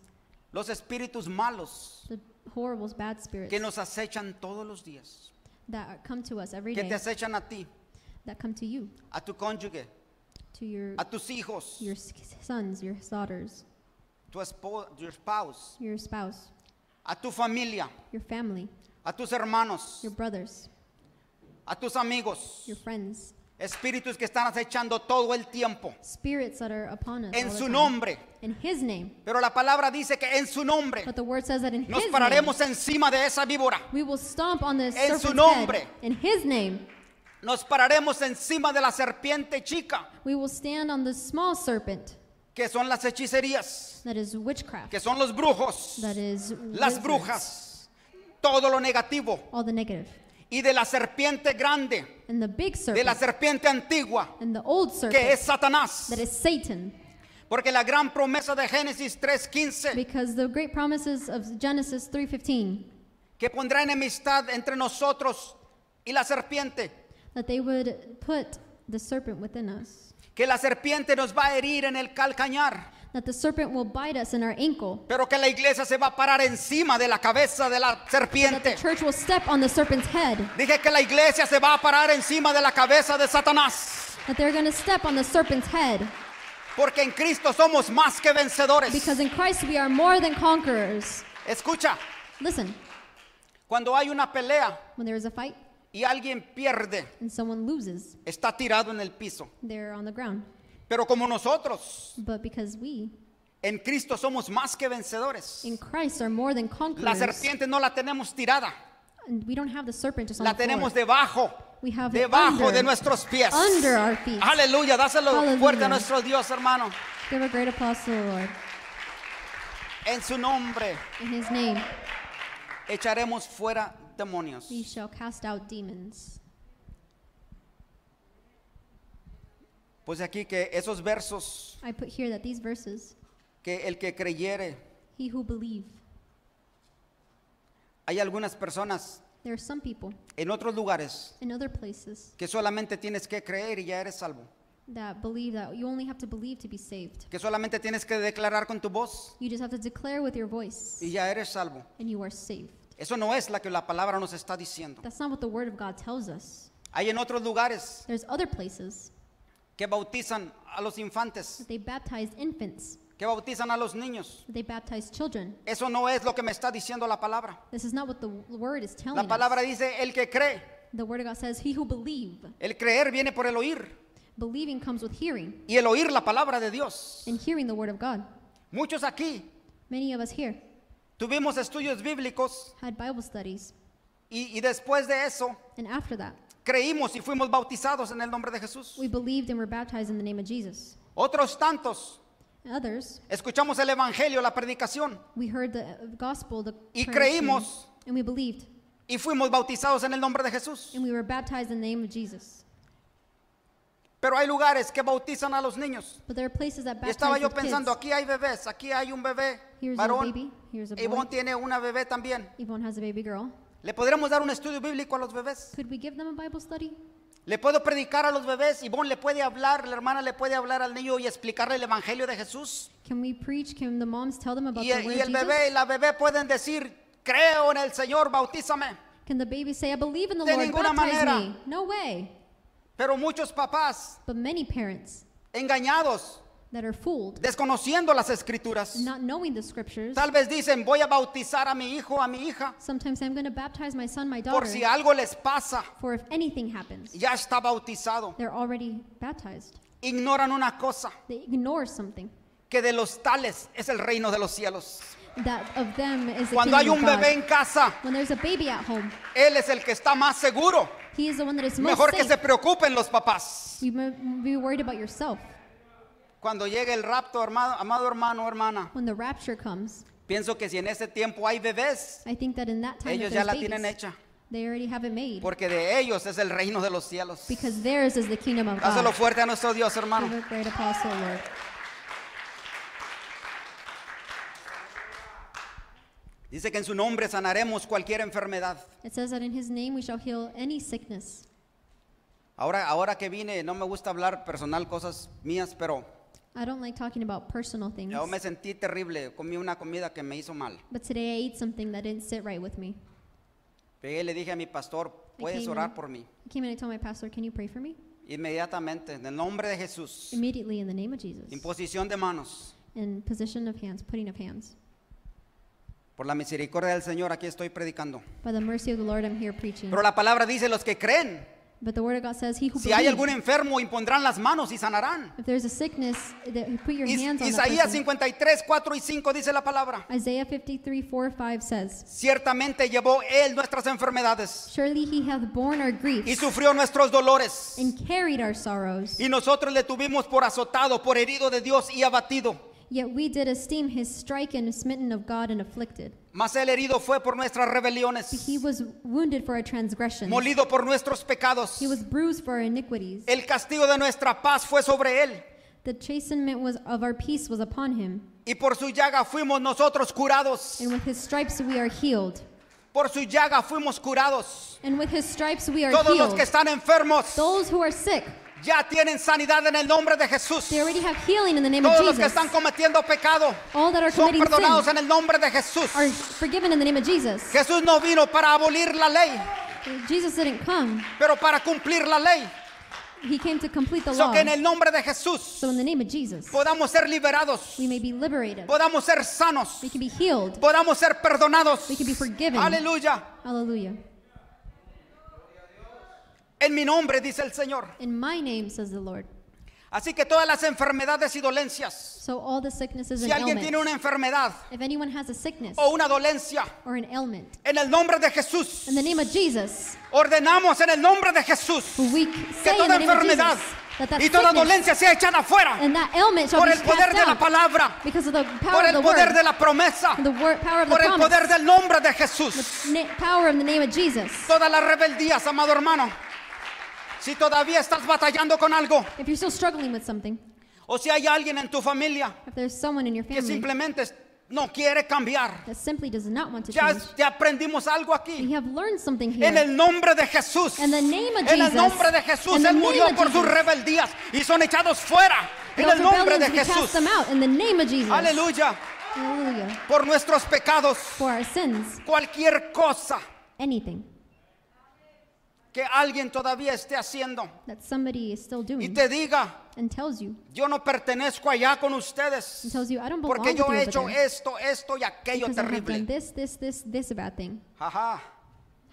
Speaker 3: Los espíritus malos
Speaker 2: The horrible bad spirits
Speaker 3: que nos acechan todos los días.
Speaker 2: that are- come to us every
Speaker 3: Que
Speaker 2: day,
Speaker 3: te acechan a ti,
Speaker 2: that come to you,
Speaker 3: a tu cónyuge,
Speaker 2: to your,
Speaker 3: a tus hijos,
Speaker 2: your s- sons, your daughters,
Speaker 3: tu espo- your spouse,
Speaker 2: your spouse,
Speaker 3: a tu familia,
Speaker 2: your family,
Speaker 3: a tus hermanos,
Speaker 2: your brothers,
Speaker 3: a tus amigos,
Speaker 2: your friends,
Speaker 3: espíritus que están acechando todo el tiempo
Speaker 2: spirits that are upon us.
Speaker 3: en
Speaker 2: all the
Speaker 3: su
Speaker 2: time.
Speaker 3: nombre.
Speaker 2: In His name.
Speaker 3: Pero la palabra dice que en su nombre
Speaker 2: But the word says that in
Speaker 3: nos
Speaker 2: His
Speaker 3: pararemos
Speaker 2: name.
Speaker 3: encima de esa víbora,
Speaker 2: We will stomp on the
Speaker 3: su
Speaker 2: serpent's
Speaker 3: nombre.
Speaker 2: head. In His name.
Speaker 3: nos pararemos encima de la serpiente chica,
Speaker 2: We will stand on the small serpent
Speaker 3: que son las hechicerías,
Speaker 2: that is witchcraft,
Speaker 3: que son los brujos,
Speaker 2: that is
Speaker 3: las
Speaker 2: wizards,
Speaker 3: brujas, todo lo negativo,
Speaker 2: all the negative,
Speaker 3: y de la serpiente grande,
Speaker 2: and the big serpent,
Speaker 3: de la serpiente antigua,
Speaker 2: and the old serpent
Speaker 3: que es Satanás.
Speaker 2: that is Satan.
Speaker 3: Porque la gran promesa de Génesis 3:15,
Speaker 2: Because the great promises of Genesis 3:15
Speaker 3: que pondrá enemistad entre nosotros y la serpiente,
Speaker 2: that they would put the serpent within us,
Speaker 3: que la serpiente nos va a herir en el calcañar,
Speaker 2: that the serpent will bite us in our ankle,
Speaker 3: pero que la iglesia se va a parar encima de la cabeza de la
Speaker 2: that the
Speaker 3: serpiente.
Speaker 2: church will step on the serpent's head.
Speaker 3: Dije que la iglesia se va a parar encima de la cabeza de Satanás,
Speaker 2: that they're going to step on the serpent's head
Speaker 3: porque en Cristo somos más que vencedores.
Speaker 2: because in Christ we are more than conquerors.
Speaker 3: Escucha,
Speaker 2: Listen,
Speaker 3: cuando hay una pelea
Speaker 2: when there is a fight
Speaker 3: y alguien pierde,
Speaker 2: and someone loses,
Speaker 3: está tirado en el piso.
Speaker 2: they're on the ground.
Speaker 3: Pero como nosotros
Speaker 2: But because we
Speaker 3: en Cristo somos más que vencedores.
Speaker 2: in Christ are more than
Speaker 3: La
Speaker 2: conquerors,
Speaker 3: serpiente no la tenemos tirada,
Speaker 2: and we don't have the serpent just on
Speaker 3: la
Speaker 2: the floor.
Speaker 3: tenemos debajo,
Speaker 2: we have it
Speaker 3: debajo
Speaker 2: under,
Speaker 3: de nuestros pies.
Speaker 2: under our feet.
Speaker 3: Aleluya, dáselo
Speaker 2: Hallelujah.
Speaker 3: fuerte a nuestro Dios, hermano.
Speaker 2: Give a great applause to the Lord.
Speaker 3: En su nombre
Speaker 2: In His name,
Speaker 3: echaremos fuera demonios.
Speaker 2: we shall cast out demons.
Speaker 3: Pues aquí que esos versos
Speaker 2: I put here that these verses,
Speaker 3: que el que creyere,
Speaker 2: he who believe,
Speaker 3: hay algunas personas
Speaker 2: there are some people
Speaker 3: en otros lugares
Speaker 2: in other places
Speaker 3: que solamente tienes que creer y ya eres salvo.
Speaker 2: that believe that you only have to believe to be saved.
Speaker 3: que solamente tienes que declarar con tu voz
Speaker 2: You just have to declare with your voice,
Speaker 3: y ya eres salvo.
Speaker 2: and you are saved.
Speaker 3: Eso no es la que la palabra nos está diciendo.
Speaker 2: That's not what the Word of God tells us.
Speaker 3: Hay en otros lugares
Speaker 2: There's other places
Speaker 3: que bautizan a los infantes,
Speaker 2: that they baptized infants,
Speaker 3: que bautizan a los niños.
Speaker 2: that they baptized children.
Speaker 3: Eso no es lo que me está diciendo la palabra.
Speaker 2: This is not what the Word is telling
Speaker 3: La palabra
Speaker 2: us.
Speaker 3: dice el que cree.
Speaker 2: The Word of God says, "He who believe,
Speaker 3: El creer viene por el oír
Speaker 2: believing comes with hearing,
Speaker 3: y el oír la palabra de Dios.
Speaker 2: and hearing the Word of God."
Speaker 3: Muchos aquí
Speaker 2: Many of us here
Speaker 3: tuvimos estudios bíblicos
Speaker 2: had Bible studies,
Speaker 3: y, y después de eso
Speaker 2: and after that,
Speaker 3: creímos y fuimos bautizados en el nombre de Jesús.
Speaker 2: we believed and were baptized in the name of Jesus.
Speaker 3: Otros tantos
Speaker 2: And others,
Speaker 3: escuchamos el evangelio, la predicación
Speaker 2: we heard the uh, gospel, the
Speaker 3: Y
Speaker 2: creation,
Speaker 3: creímos.
Speaker 2: and we believed,
Speaker 3: y fuimos bautizados en el nombre de Jesús.
Speaker 2: and we were baptized in the name of Jesus.
Speaker 3: Pero hay lugares que bautizan a los niños.
Speaker 2: But there are places that
Speaker 3: Y
Speaker 2: baptize
Speaker 3: estaba yo
Speaker 2: with kids.
Speaker 3: pensando, aquí hay bebés, aquí hay un bebé
Speaker 2: Here's a
Speaker 3: varón.
Speaker 2: baby. Here's a boy.
Speaker 3: Ivonne tiene una bebé también.
Speaker 2: Yvonne has a baby girl.
Speaker 3: ¿Le podríamos dar un estudio bíblico a los bebés?
Speaker 2: Could we give them a Bible study?
Speaker 3: ¿Le puedo predicar a los bebés? Ivonne le puede hablar, la hermana le puede hablar al niño y explicarle el evangelio de Jesús.
Speaker 2: Can we preach? Can the moms tell them about
Speaker 3: Y,
Speaker 2: the
Speaker 3: y
Speaker 2: word
Speaker 3: el
Speaker 2: of Jesus?
Speaker 3: bebé y la bebé pueden decir, creo en el Señor, bautízame.
Speaker 2: Can the baby say, I believe in the
Speaker 3: De
Speaker 2: Lord,
Speaker 3: ninguna
Speaker 2: baptize
Speaker 3: manera.
Speaker 2: me? No way.
Speaker 3: Pero muchos papás
Speaker 2: But many parents
Speaker 3: engañados,
Speaker 2: that are fooled,
Speaker 3: desconociendo las escrituras,
Speaker 2: not knowing the scriptures,
Speaker 3: tal vez dicen, voy a bautizar a mi hijo, a mi hija,
Speaker 2: sometimes say, I'm going to baptize my son, my
Speaker 3: por
Speaker 2: daughter,
Speaker 3: si algo les pasa.
Speaker 2: for if anything happens.
Speaker 3: ya está bautizado.
Speaker 2: They're already baptized.
Speaker 3: Ignoran una cosa,
Speaker 2: They ignore something
Speaker 3: que de los tales es el reino de los cielos.
Speaker 2: that of them is the
Speaker 3: Cuando hay
Speaker 2: kingdom
Speaker 3: un
Speaker 2: of God.
Speaker 3: bebé en casa,
Speaker 2: When there's a baby at home,
Speaker 3: él es el que está más seguro.
Speaker 2: he is the one that is most
Speaker 3: Mejor que
Speaker 2: safe.
Speaker 3: se preocupen los papás.
Speaker 2: You may be worried about yourself.
Speaker 3: Cuando llegue el rapto, hermano- amado hermano, hermana,
Speaker 2: When the rapture comes,
Speaker 3: pienso que si en ese tiempo hay bebés,
Speaker 2: I think that in that time,
Speaker 3: ellos
Speaker 2: if
Speaker 3: ya
Speaker 2: there's
Speaker 3: la tienen
Speaker 2: babies,
Speaker 3: hecha,
Speaker 2: they already have it made.
Speaker 3: porque de ellos es el reino de los cielos.
Speaker 2: Because theirs is the kingdom of
Speaker 3: Dáselo
Speaker 2: God.
Speaker 3: fuerte a nuestro Dios,
Speaker 2: Give
Speaker 3: hermano.
Speaker 2: a great apostle, Lord.
Speaker 3: Dice que en su nombre sanaremos cualquier enfermedad.
Speaker 2: It says that in his name we shall heal any sickness.
Speaker 3: Ahora, ahora que vine, no me gusta hablar personal cosas mías, pero
Speaker 2: I don't like talking about personal things,
Speaker 3: Yo me sentí terrible, comí una comida que me hizo mal.
Speaker 2: but today I ate something that didn't sit right with me.
Speaker 3: Llegué y le dije a mi pastor, puedes
Speaker 2: came
Speaker 3: orar
Speaker 2: in.
Speaker 3: por mí.
Speaker 2: I came in and I told my pastor, Can you pray for me?
Speaker 3: Inmediatamente, en el nombre de Jesús,
Speaker 2: Immediately, in the name of Jesus.
Speaker 3: imposición de manos,
Speaker 2: In position of hands, putting of hands.
Speaker 3: por la misericordia del Señor, aquí estoy predicando.
Speaker 2: By the mercy of the Lord, I'm here preaching.
Speaker 3: Pero la palabra dice, los que creen,
Speaker 2: But the word of God says, He who
Speaker 3: si hay algún
Speaker 2: believes,
Speaker 3: enfermo, impondrán las manos y sanarán.
Speaker 2: if there's a sickness, that you put your
Speaker 3: Is-
Speaker 2: hands on that
Speaker 3: Isaías
Speaker 2: person.
Speaker 3: 53, 4 y 5 dice la palabra.
Speaker 2: Isaiah 53, 4, 5 says,
Speaker 3: Ciertamente llevó Él nuestras enfermedades
Speaker 2: Surely he hath borne our
Speaker 3: y
Speaker 2: griefs
Speaker 3: sufrió nuestros dolores.
Speaker 2: and carried our sorrows.
Speaker 3: Y nosotros le tuvimos por azotado, por herido de Dios y abatido.
Speaker 2: Yet we did esteem his stricken, smitten of God, and afflicted.
Speaker 3: Mas el herido fue por nuestras
Speaker 2: But
Speaker 3: rebeliones,
Speaker 2: he was wounded for our transgressions,
Speaker 3: molido por nuestros pecados.
Speaker 2: he was bruised for our iniquities.
Speaker 3: El castigo de nuestra paz fue sobre él,
Speaker 2: The chastenment was of our peace was upon him,
Speaker 3: y por su llaga fuimos nosotros curados.
Speaker 2: and with his stripes we are healed.
Speaker 3: Por su llaga fuimos curados.
Speaker 2: And with his stripes we are
Speaker 3: Todos los
Speaker 2: healed.
Speaker 3: que están enfermos
Speaker 2: Those who are sick,
Speaker 3: ya tienen sanidad en el nombre de Jesús.
Speaker 2: they already have healing in the name
Speaker 3: Todos
Speaker 2: of
Speaker 3: los que
Speaker 2: Jesus.
Speaker 3: están cometiendo pecado
Speaker 2: All that are
Speaker 3: son
Speaker 2: committing
Speaker 3: perdonados
Speaker 2: sin
Speaker 3: en el nombre de Jesús.
Speaker 2: are forgiven in the name of Jesus.
Speaker 3: Jesús no vino para abolir la ley,
Speaker 2: Jesus didn't come,
Speaker 3: pero para cumplir la ley.
Speaker 2: he came to complete the
Speaker 3: So
Speaker 2: law.
Speaker 3: que en el nombre de Jesús
Speaker 2: So in the name of Jesus,
Speaker 3: podamos ser liberados,
Speaker 2: we may be liberated.
Speaker 3: podamos ser sanos,
Speaker 2: We can be healed.
Speaker 3: podamos ser perdonados.
Speaker 2: We can be forgiven.
Speaker 3: Aleluya.
Speaker 2: Hallelujah.
Speaker 3: En mi nombre, dice el Señor.
Speaker 2: In my name, says the Lord.
Speaker 3: Así que todas las enfermedades y dolencias,
Speaker 2: So all the sicknesses
Speaker 3: si
Speaker 2: and
Speaker 3: alguien tiene Oh. una
Speaker 2: ailments.
Speaker 3: enfermedad
Speaker 2: If anyone has a sickness
Speaker 3: o una dolencia,
Speaker 2: or an ailment,
Speaker 3: en el nombre de Jesús,
Speaker 2: in the name of Jesus,
Speaker 3: ordenamos en el nombre de Jesús
Speaker 2: we
Speaker 3: que
Speaker 2: say in
Speaker 3: toda
Speaker 2: the name of
Speaker 3: enfermedad
Speaker 2: Jesus that that
Speaker 3: y toda
Speaker 2: sickness
Speaker 3: dolencia sea echada afuera
Speaker 2: and that ailment shall
Speaker 3: por
Speaker 2: be
Speaker 3: el poder de la
Speaker 2: cast out
Speaker 3: palabra,
Speaker 2: because of the
Speaker 3: por
Speaker 2: power of
Speaker 3: el
Speaker 2: the
Speaker 3: poder de
Speaker 2: word,
Speaker 3: la promesa,
Speaker 2: and the word, power of the
Speaker 3: por el poder
Speaker 2: promise,
Speaker 3: del nombre de Jesús.
Speaker 2: na- power of the name of Jesus.
Speaker 3: Todas las rebeldías, amado hermano, si todavía estás batallando con algo
Speaker 2: If you're still struggling with something,
Speaker 3: o si hay alguien en tu familia
Speaker 2: if there's someone in your
Speaker 3: que
Speaker 2: family
Speaker 3: simplemente es- no quiere cambiar.
Speaker 2: that simply does not want to
Speaker 3: Ya,
Speaker 2: change.
Speaker 3: ya aprendimos algo
Speaker 2: We
Speaker 3: aquí.
Speaker 2: have learned something
Speaker 3: En
Speaker 2: here.
Speaker 3: el nombre de Jesús.
Speaker 2: In the name of
Speaker 3: En el
Speaker 2: Jesus.
Speaker 3: nombre de Jesús.
Speaker 2: In the
Speaker 3: Él
Speaker 2: name
Speaker 3: murió
Speaker 2: of
Speaker 3: por sus
Speaker 2: Jesus.
Speaker 3: rebeldías y son echados fuera. En
Speaker 2: Those
Speaker 3: el nombre de
Speaker 2: rebellions, we
Speaker 3: Jesús.
Speaker 2: cast them out in the name of Jesus.
Speaker 3: Aleluya.
Speaker 2: Hallelujah.
Speaker 3: Por nuestros pecados.
Speaker 2: For our sins,
Speaker 3: Cualquier cosa
Speaker 2: anything
Speaker 3: que alguien todavía esté haciendo
Speaker 2: that somebody is still
Speaker 3: y
Speaker 2: doing
Speaker 3: te diga,
Speaker 2: and tells you,
Speaker 3: yo no pertenezco allá con ustedes.
Speaker 2: and tells you, I don't belong
Speaker 3: Porque
Speaker 2: with you
Speaker 3: yo he
Speaker 2: over
Speaker 3: hecho
Speaker 2: there
Speaker 3: esto, esto y aquello
Speaker 2: because I have done
Speaker 3: terrible.
Speaker 2: this, this, this, this bad thing.
Speaker 3: Ajá.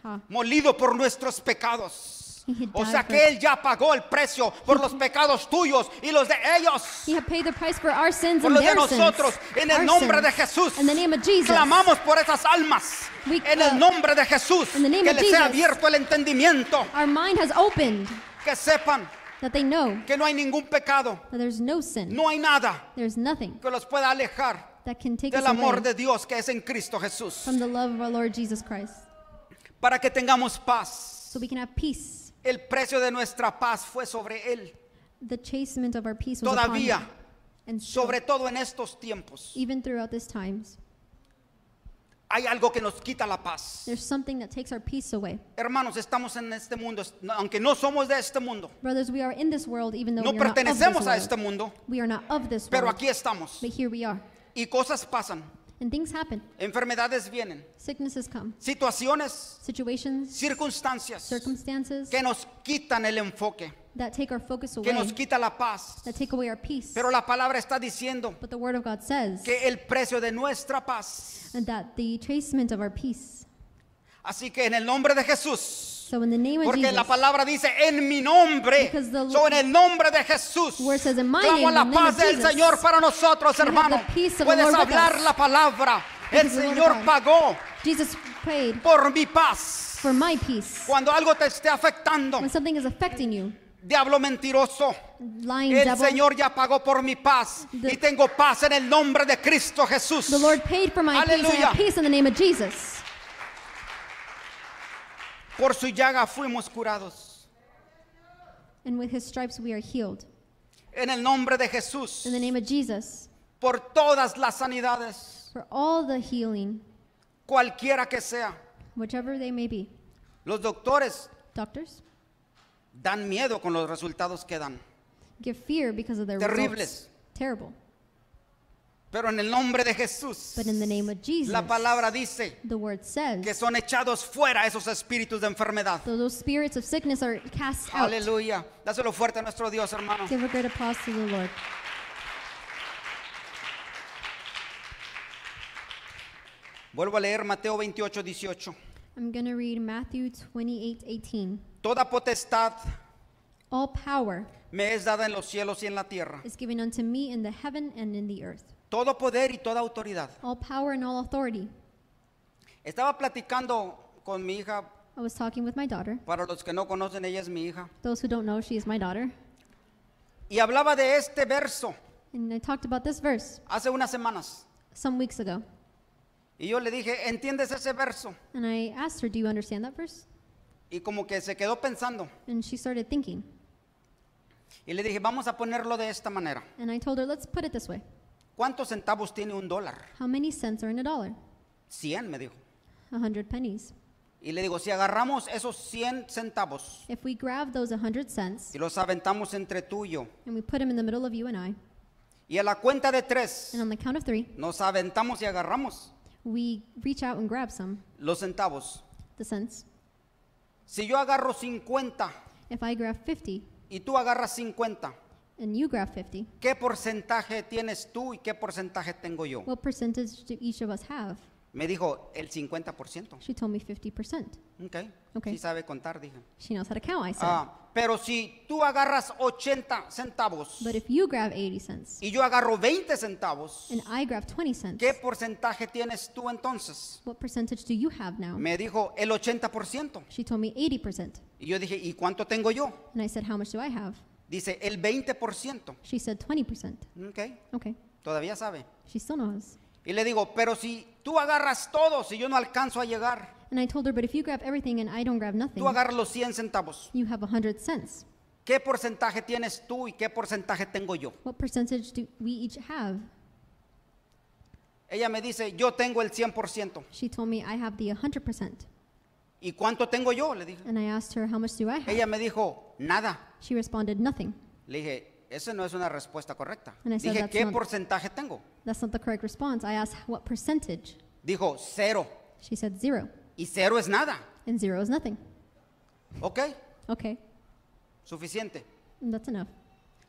Speaker 2: Ha.
Speaker 3: Molido por nuestros pecados.
Speaker 2: He
Speaker 3: O
Speaker 2: died
Speaker 3: sea
Speaker 2: for-
Speaker 3: que Él ya pagó el precio por los pecados tuyos y los de ellos.
Speaker 2: He had paid the price for our sins
Speaker 3: Por
Speaker 2: and
Speaker 3: los de
Speaker 2: their
Speaker 3: nosotros.
Speaker 2: sins.
Speaker 3: En el
Speaker 2: Our
Speaker 3: nombre de
Speaker 2: sins.
Speaker 3: Jesús.
Speaker 2: In the name of Jesus.
Speaker 3: Clamamos por esas almas.
Speaker 2: We-
Speaker 3: En
Speaker 2: uh,
Speaker 3: el nombre de Jesús.
Speaker 2: in the name
Speaker 3: Que
Speaker 2: of
Speaker 3: les sea
Speaker 2: Jesus.
Speaker 3: abierto el entendimiento.
Speaker 2: Our mind has opened
Speaker 3: Que sepan
Speaker 2: that they know
Speaker 3: que no hay ningún pecado.
Speaker 2: that there's no sin,
Speaker 3: No hay nada
Speaker 2: there's nothing
Speaker 3: que los pueda alejar
Speaker 2: that can take us
Speaker 3: del amor
Speaker 2: away
Speaker 3: de Dios que es en Cristo Jesús.
Speaker 2: from the love of our Lord Jesus Christ.
Speaker 3: Para que tengamos paz.
Speaker 2: So we can have peace.
Speaker 3: El precio de nuestra paz fue sobre Él.
Speaker 2: The chastisement of our peace was upon
Speaker 3: Todavía.
Speaker 2: him. And so,
Speaker 3: Sobre todo en estos tiempos.
Speaker 2: even throughout these times,
Speaker 3: Hay algo que nos quita la paz.
Speaker 2: there's something that takes our peace away.
Speaker 3: Hermanos, estamos en este mundo, es- no- aunque no somos de este mundo,
Speaker 2: Brothers, we are in this world even though
Speaker 3: no
Speaker 2: we are not of this
Speaker 3: pertenecemos
Speaker 2: world.
Speaker 3: a este mundo,
Speaker 2: We are not of this
Speaker 3: pero
Speaker 2: world,
Speaker 3: aquí estamos.
Speaker 2: but here we are.
Speaker 3: Y cosas pasan,
Speaker 2: And things happen.
Speaker 3: enfermedades vienen,
Speaker 2: Sicknesses come.
Speaker 3: situaciones,
Speaker 2: Situations,
Speaker 3: circunstancias
Speaker 2: circumstances
Speaker 3: que nos quitan el enfoque,
Speaker 2: that take our focus
Speaker 3: que
Speaker 2: away,
Speaker 3: nos quita la paz.
Speaker 2: that take away our peace.
Speaker 3: Pero la palabra está diciendo
Speaker 2: But the Word of God says
Speaker 3: que el precio de nuestra paz.
Speaker 2: and that the chastisement of our peace.
Speaker 3: Así que en el nombre de Jesús,
Speaker 2: So in the name of
Speaker 3: porque
Speaker 2: Jesus,
Speaker 3: la palabra dice en mi nombre,
Speaker 2: Because the-
Speaker 3: so en el nombre de Jesús.
Speaker 2: Word says, "In my
Speaker 3: Clamo a
Speaker 2: name,
Speaker 3: la
Speaker 2: in the name
Speaker 3: paz
Speaker 2: of
Speaker 3: del
Speaker 2: Jesus,
Speaker 3: Señor para
Speaker 2: we
Speaker 3: nosotros,
Speaker 2: have
Speaker 3: hermano.
Speaker 2: the peace of the
Speaker 3: Puedes
Speaker 2: Lord with
Speaker 3: hablar
Speaker 2: us.
Speaker 3: la palabra.
Speaker 2: Because
Speaker 3: El
Speaker 2: the Lord God-
Speaker 3: Señor pagó
Speaker 2: Jesus prayed
Speaker 3: por mi paz.
Speaker 2: for my peace.
Speaker 3: Cuando algo te esté afectando,
Speaker 2: When something is affecting you,
Speaker 3: diablo mentiroso,
Speaker 2: lying
Speaker 3: el
Speaker 2: devil,
Speaker 3: Señor ya pagó por mi paz
Speaker 2: The-
Speaker 3: y tengo paz en el nombre de Cristo Jesús.
Speaker 2: the Lord paid for my peace. I
Speaker 3: Hallelujah.
Speaker 2: have peace in the name of Jesus.
Speaker 3: Por su llaga fuimos curados.
Speaker 2: And with his stripes we are healed.
Speaker 3: En el nombre de Jesús,
Speaker 2: In the name of Jesus,
Speaker 3: por todas las sanidades,
Speaker 2: for all the healing,
Speaker 3: cualquiera que sea.
Speaker 2: whichever they may be.
Speaker 3: Los doctores
Speaker 2: Doctors
Speaker 3: dan miedo con los resultados que dan.
Speaker 2: give fear because of their
Speaker 3: Terribles.
Speaker 2: results. Terrible.
Speaker 3: Pero en el nombre de Jesús,
Speaker 2: But in the name of Jesus,
Speaker 3: la palabra dice
Speaker 2: the word says
Speaker 3: que son echados fuera esos espíritus de enfermedad.
Speaker 2: So those spirits of sickness are cast out.
Speaker 3: Aleluya. Dáselo fuerte a nuestro Dios, hermano.
Speaker 2: Give a great applause to the Lord.
Speaker 3: Vuelvo a leer Mateo 28, 18.
Speaker 2: I'm going to read Matthew 28 18.
Speaker 3: Toda potestad
Speaker 2: All power
Speaker 3: me es dada en los cielos y en la tierra.
Speaker 2: is given unto me in the heaven and in the earth.
Speaker 3: Todo poder y toda autoridad.
Speaker 2: All power and all authority.
Speaker 3: Estaba platicando con mi hija,
Speaker 2: I was talking with my daughter.
Speaker 3: para los que no conocen, ella es mi hija.
Speaker 2: Those who don't know, she is my daughter.
Speaker 3: Y hablaba de este verso
Speaker 2: And I talked about this verse
Speaker 3: hace unas semanas.
Speaker 2: some weeks ago.
Speaker 3: Y yo le dije, ¿entiendes ese verso?
Speaker 2: And I asked her, Do you understand that verse?
Speaker 3: Y como que se quedó pensando.
Speaker 2: And she started thinking.
Speaker 3: Y le dije, vamos a ponerlo de esta manera.
Speaker 2: And I told her, Let's put it this way
Speaker 3: ¿Cuántos centavos tiene un dólar?
Speaker 2: How many cents are in a dollar?
Speaker 3: 100, me dijo.
Speaker 2: A hundred pennies.
Speaker 3: Y le digo, si agarramos esos 100 centavos
Speaker 2: If we grab those a hundred cents
Speaker 3: y los aventamos entre tú y yo,
Speaker 2: and we put them in the middle of you and I,
Speaker 3: y a la cuenta de tres
Speaker 2: and on the count of three,
Speaker 3: nos aventamos y agarramos
Speaker 2: we reach out and grab some,
Speaker 3: los centavos.
Speaker 2: the cents.
Speaker 3: Si yo agarro 50
Speaker 2: If I grab 50
Speaker 3: y tú agarras 50,
Speaker 2: and you grab 50,
Speaker 3: ¿qué porcentaje tienes tú y qué porcentaje tengo yo?
Speaker 2: what percentage do each of us have?
Speaker 3: Me dijo, el 50%.
Speaker 2: She told me 50%.
Speaker 3: Ok.
Speaker 2: Ok.
Speaker 3: Sí sabe contar, dije.
Speaker 2: She knows how to count, I said.
Speaker 3: Ah, pero si tú agarras 80 centavos
Speaker 2: But if you grab 80 cents
Speaker 3: y yo agarro 20 centavos,
Speaker 2: and I grab 20 cents,
Speaker 3: ¿qué porcentaje tienes tú entonces?
Speaker 2: what percentage do you have now?
Speaker 3: Me dijo el 80%.
Speaker 2: She told me 80%.
Speaker 3: Y yo dije, ¿y cuánto tengo yo?
Speaker 2: And I said, How much do I have?
Speaker 3: Dice el 20%.
Speaker 2: She said, 20%.
Speaker 3: Ok,
Speaker 2: Okay,
Speaker 3: todavía sabe.
Speaker 2: she still knows.
Speaker 3: Y le digo, pero si tú agarras todo, si yo no alcanzo a llegar,
Speaker 2: And I told her, But if you grab everything and I don't grab nothing,
Speaker 3: tú agarras los 100 centavos.
Speaker 2: you have 100 cents.
Speaker 3: ¿Qué porcentaje tienes tú y qué porcentaje tengo yo?
Speaker 2: What percentage do we each have?
Speaker 3: Ella me dice, yo tengo el 100%.
Speaker 2: She told me, I have the 100%.
Speaker 3: ¿Y cuánto tengo yo? Le dije.
Speaker 2: And I asked her, How much do I have?
Speaker 3: Ella me dijo, nada.
Speaker 2: She responded, Nothing.
Speaker 3: Le dije, esa no es una respuesta correcta.
Speaker 2: And I said,
Speaker 3: Dije,
Speaker 2: "That's
Speaker 3: ¿qué
Speaker 2: not-"
Speaker 3: porcentaje tengo?
Speaker 2: That's not the correct response. I asked, What percentage?
Speaker 3: Dijo, cero.
Speaker 2: She said, Zero.
Speaker 3: Y cero es nada.
Speaker 2: And zero is nothing.
Speaker 3: ¿Ok?
Speaker 2: Okay,
Speaker 3: Suficiente.
Speaker 2: and that's enough.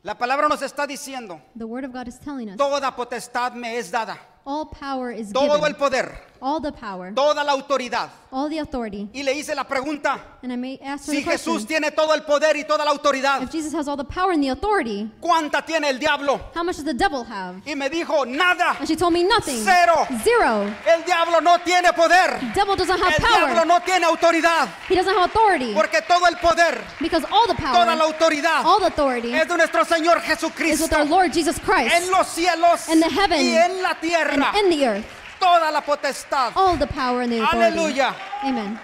Speaker 3: La palabra nos está diciendo,
Speaker 2: The Word of God is telling us
Speaker 3: toda potestad me es dada.
Speaker 2: all power is
Speaker 3: Todo el
Speaker 2: given,
Speaker 3: poder,
Speaker 2: all the power,
Speaker 3: toda la autoridad.
Speaker 2: all the authority.
Speaker 3: Y le hice la pregunta,
Speaker 2: And I may ask her
Speaker 3: si
Speaker 2: the question,
Speaker 3: Jesús tiene todo el poder y toda la autoridad,
Speaker 2: if Jesus has all the power and the authority,
Speaker 3: ¿cuánta tiene el diablo?
Speaker 2: how much does the devil have?
Speaker 3: Y me dijo, nada.
Speaker 2: And she told me nothing.
Speaker 3: Cero.
Speaker 2: Zero.
Speaker 3: El diablo no tiene poder.
Speaker 2: Devil doesn't have
Speaker 3: El diablo
Speaker 2: Ah, power.
Speaker 3: no tiene autoridad.
Speaker 2: He doesn't have authority
Speaker 3: Porque todo el poder,
Speaker 2: because all the
Speaker 3: toda la
Speaker 2: power, Oh,
Speaker 3: autoridad
Speaker 2: all the authority
Speaker 3: es de nuestro Señor
Speaker 2: is with
Speaker 3: Jesucristo.
Speaker 2: our Lord Jesus
Speaker 3: En
Speaker 2: Christ
Speaker 3: los cielos
Speaker 2: In the heaven.
Speaker 3: y en la
Speaker 2: and
Speaker 3: tierra.
Speaker 2: in the earth.
Speaker 3: Toda la potestad.
Speaker 2: All the power and the authority.
Speaker 3: Aleluya.
Speaker 2: Amen.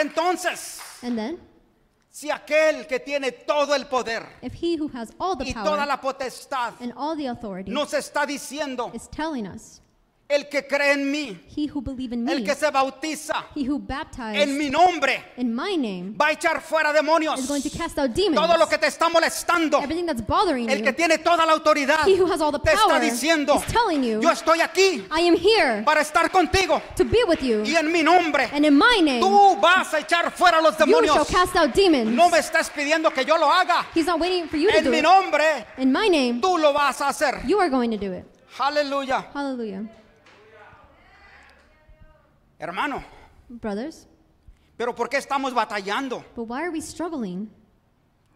Speaker 3: Entonces,
Speaker 2: And then,
Speaker 3: si aquel que tiene todo el poder
Speaker 2: if he who has all the
Speaker 3: y toda
Speaker 2: power
Speaker 3: la potestad
Speaker 2: and all the authority
Speaker 3: nos está diciendo,
Speaker 2: is telling us,
Speaker 3: el que cree en mí,
Speaker 2: he who believes in
Speaker 3: el
Speaker 2: me,
Speaker 3: que se bautiza
Speaker 2: he who
Speaker 3: en
Speaker 2: baptized
Speaker 3: mi nombre,
Speaker 2: in my name,
Speaker 3: va a echar fuera demonios.
Speaker 2: is going to cast out demons.
Speaker 3: Todo lo que te está molestando,
Speaker 2: Everything that's bothering
Speaker 3: el que
Speaker 2: you,
Speaker 3: tiene toda la autoridad,
Speaker 2: he who has all the
Speaker 3: te está
Speaker 2: power
Speaker 3: diciendo,
Speaker 2: is telling you,
Speaker 3: yo estoy aquí
Speaker 2: I am here
Speaker 3: para estar contigo
Speaker 2: to be with you.
Speaker 3: y en mi nombre.
Speaker 2: And in my name,
Speaker 3: Tú vas a echar fuera los
Speaker 2: you shall
Speaker 3: demonios.
Speaker 2: cast out demons.
Speaker 3: No me estás pidiendo que yo lo haga.
Speaker 2: He's not waiting for you to
Speaker 3: En
Speaker 2: do
Speaker 3: mi
Speaker 2: it.
Speaker 3: nombre,
Speaker 2: In my name,
Speaker 3: tú lo vas a hacer.
Speaker 2: you are going to do it.
Speaker 3: Aleluya.
Speaker 2: Hallelujah.
Speaker 3: Hermano,
Speaker 2: Brothers,
Speaker 3: pero ¿por qué estamos batallando?
Speaker 2: but why are we struggling?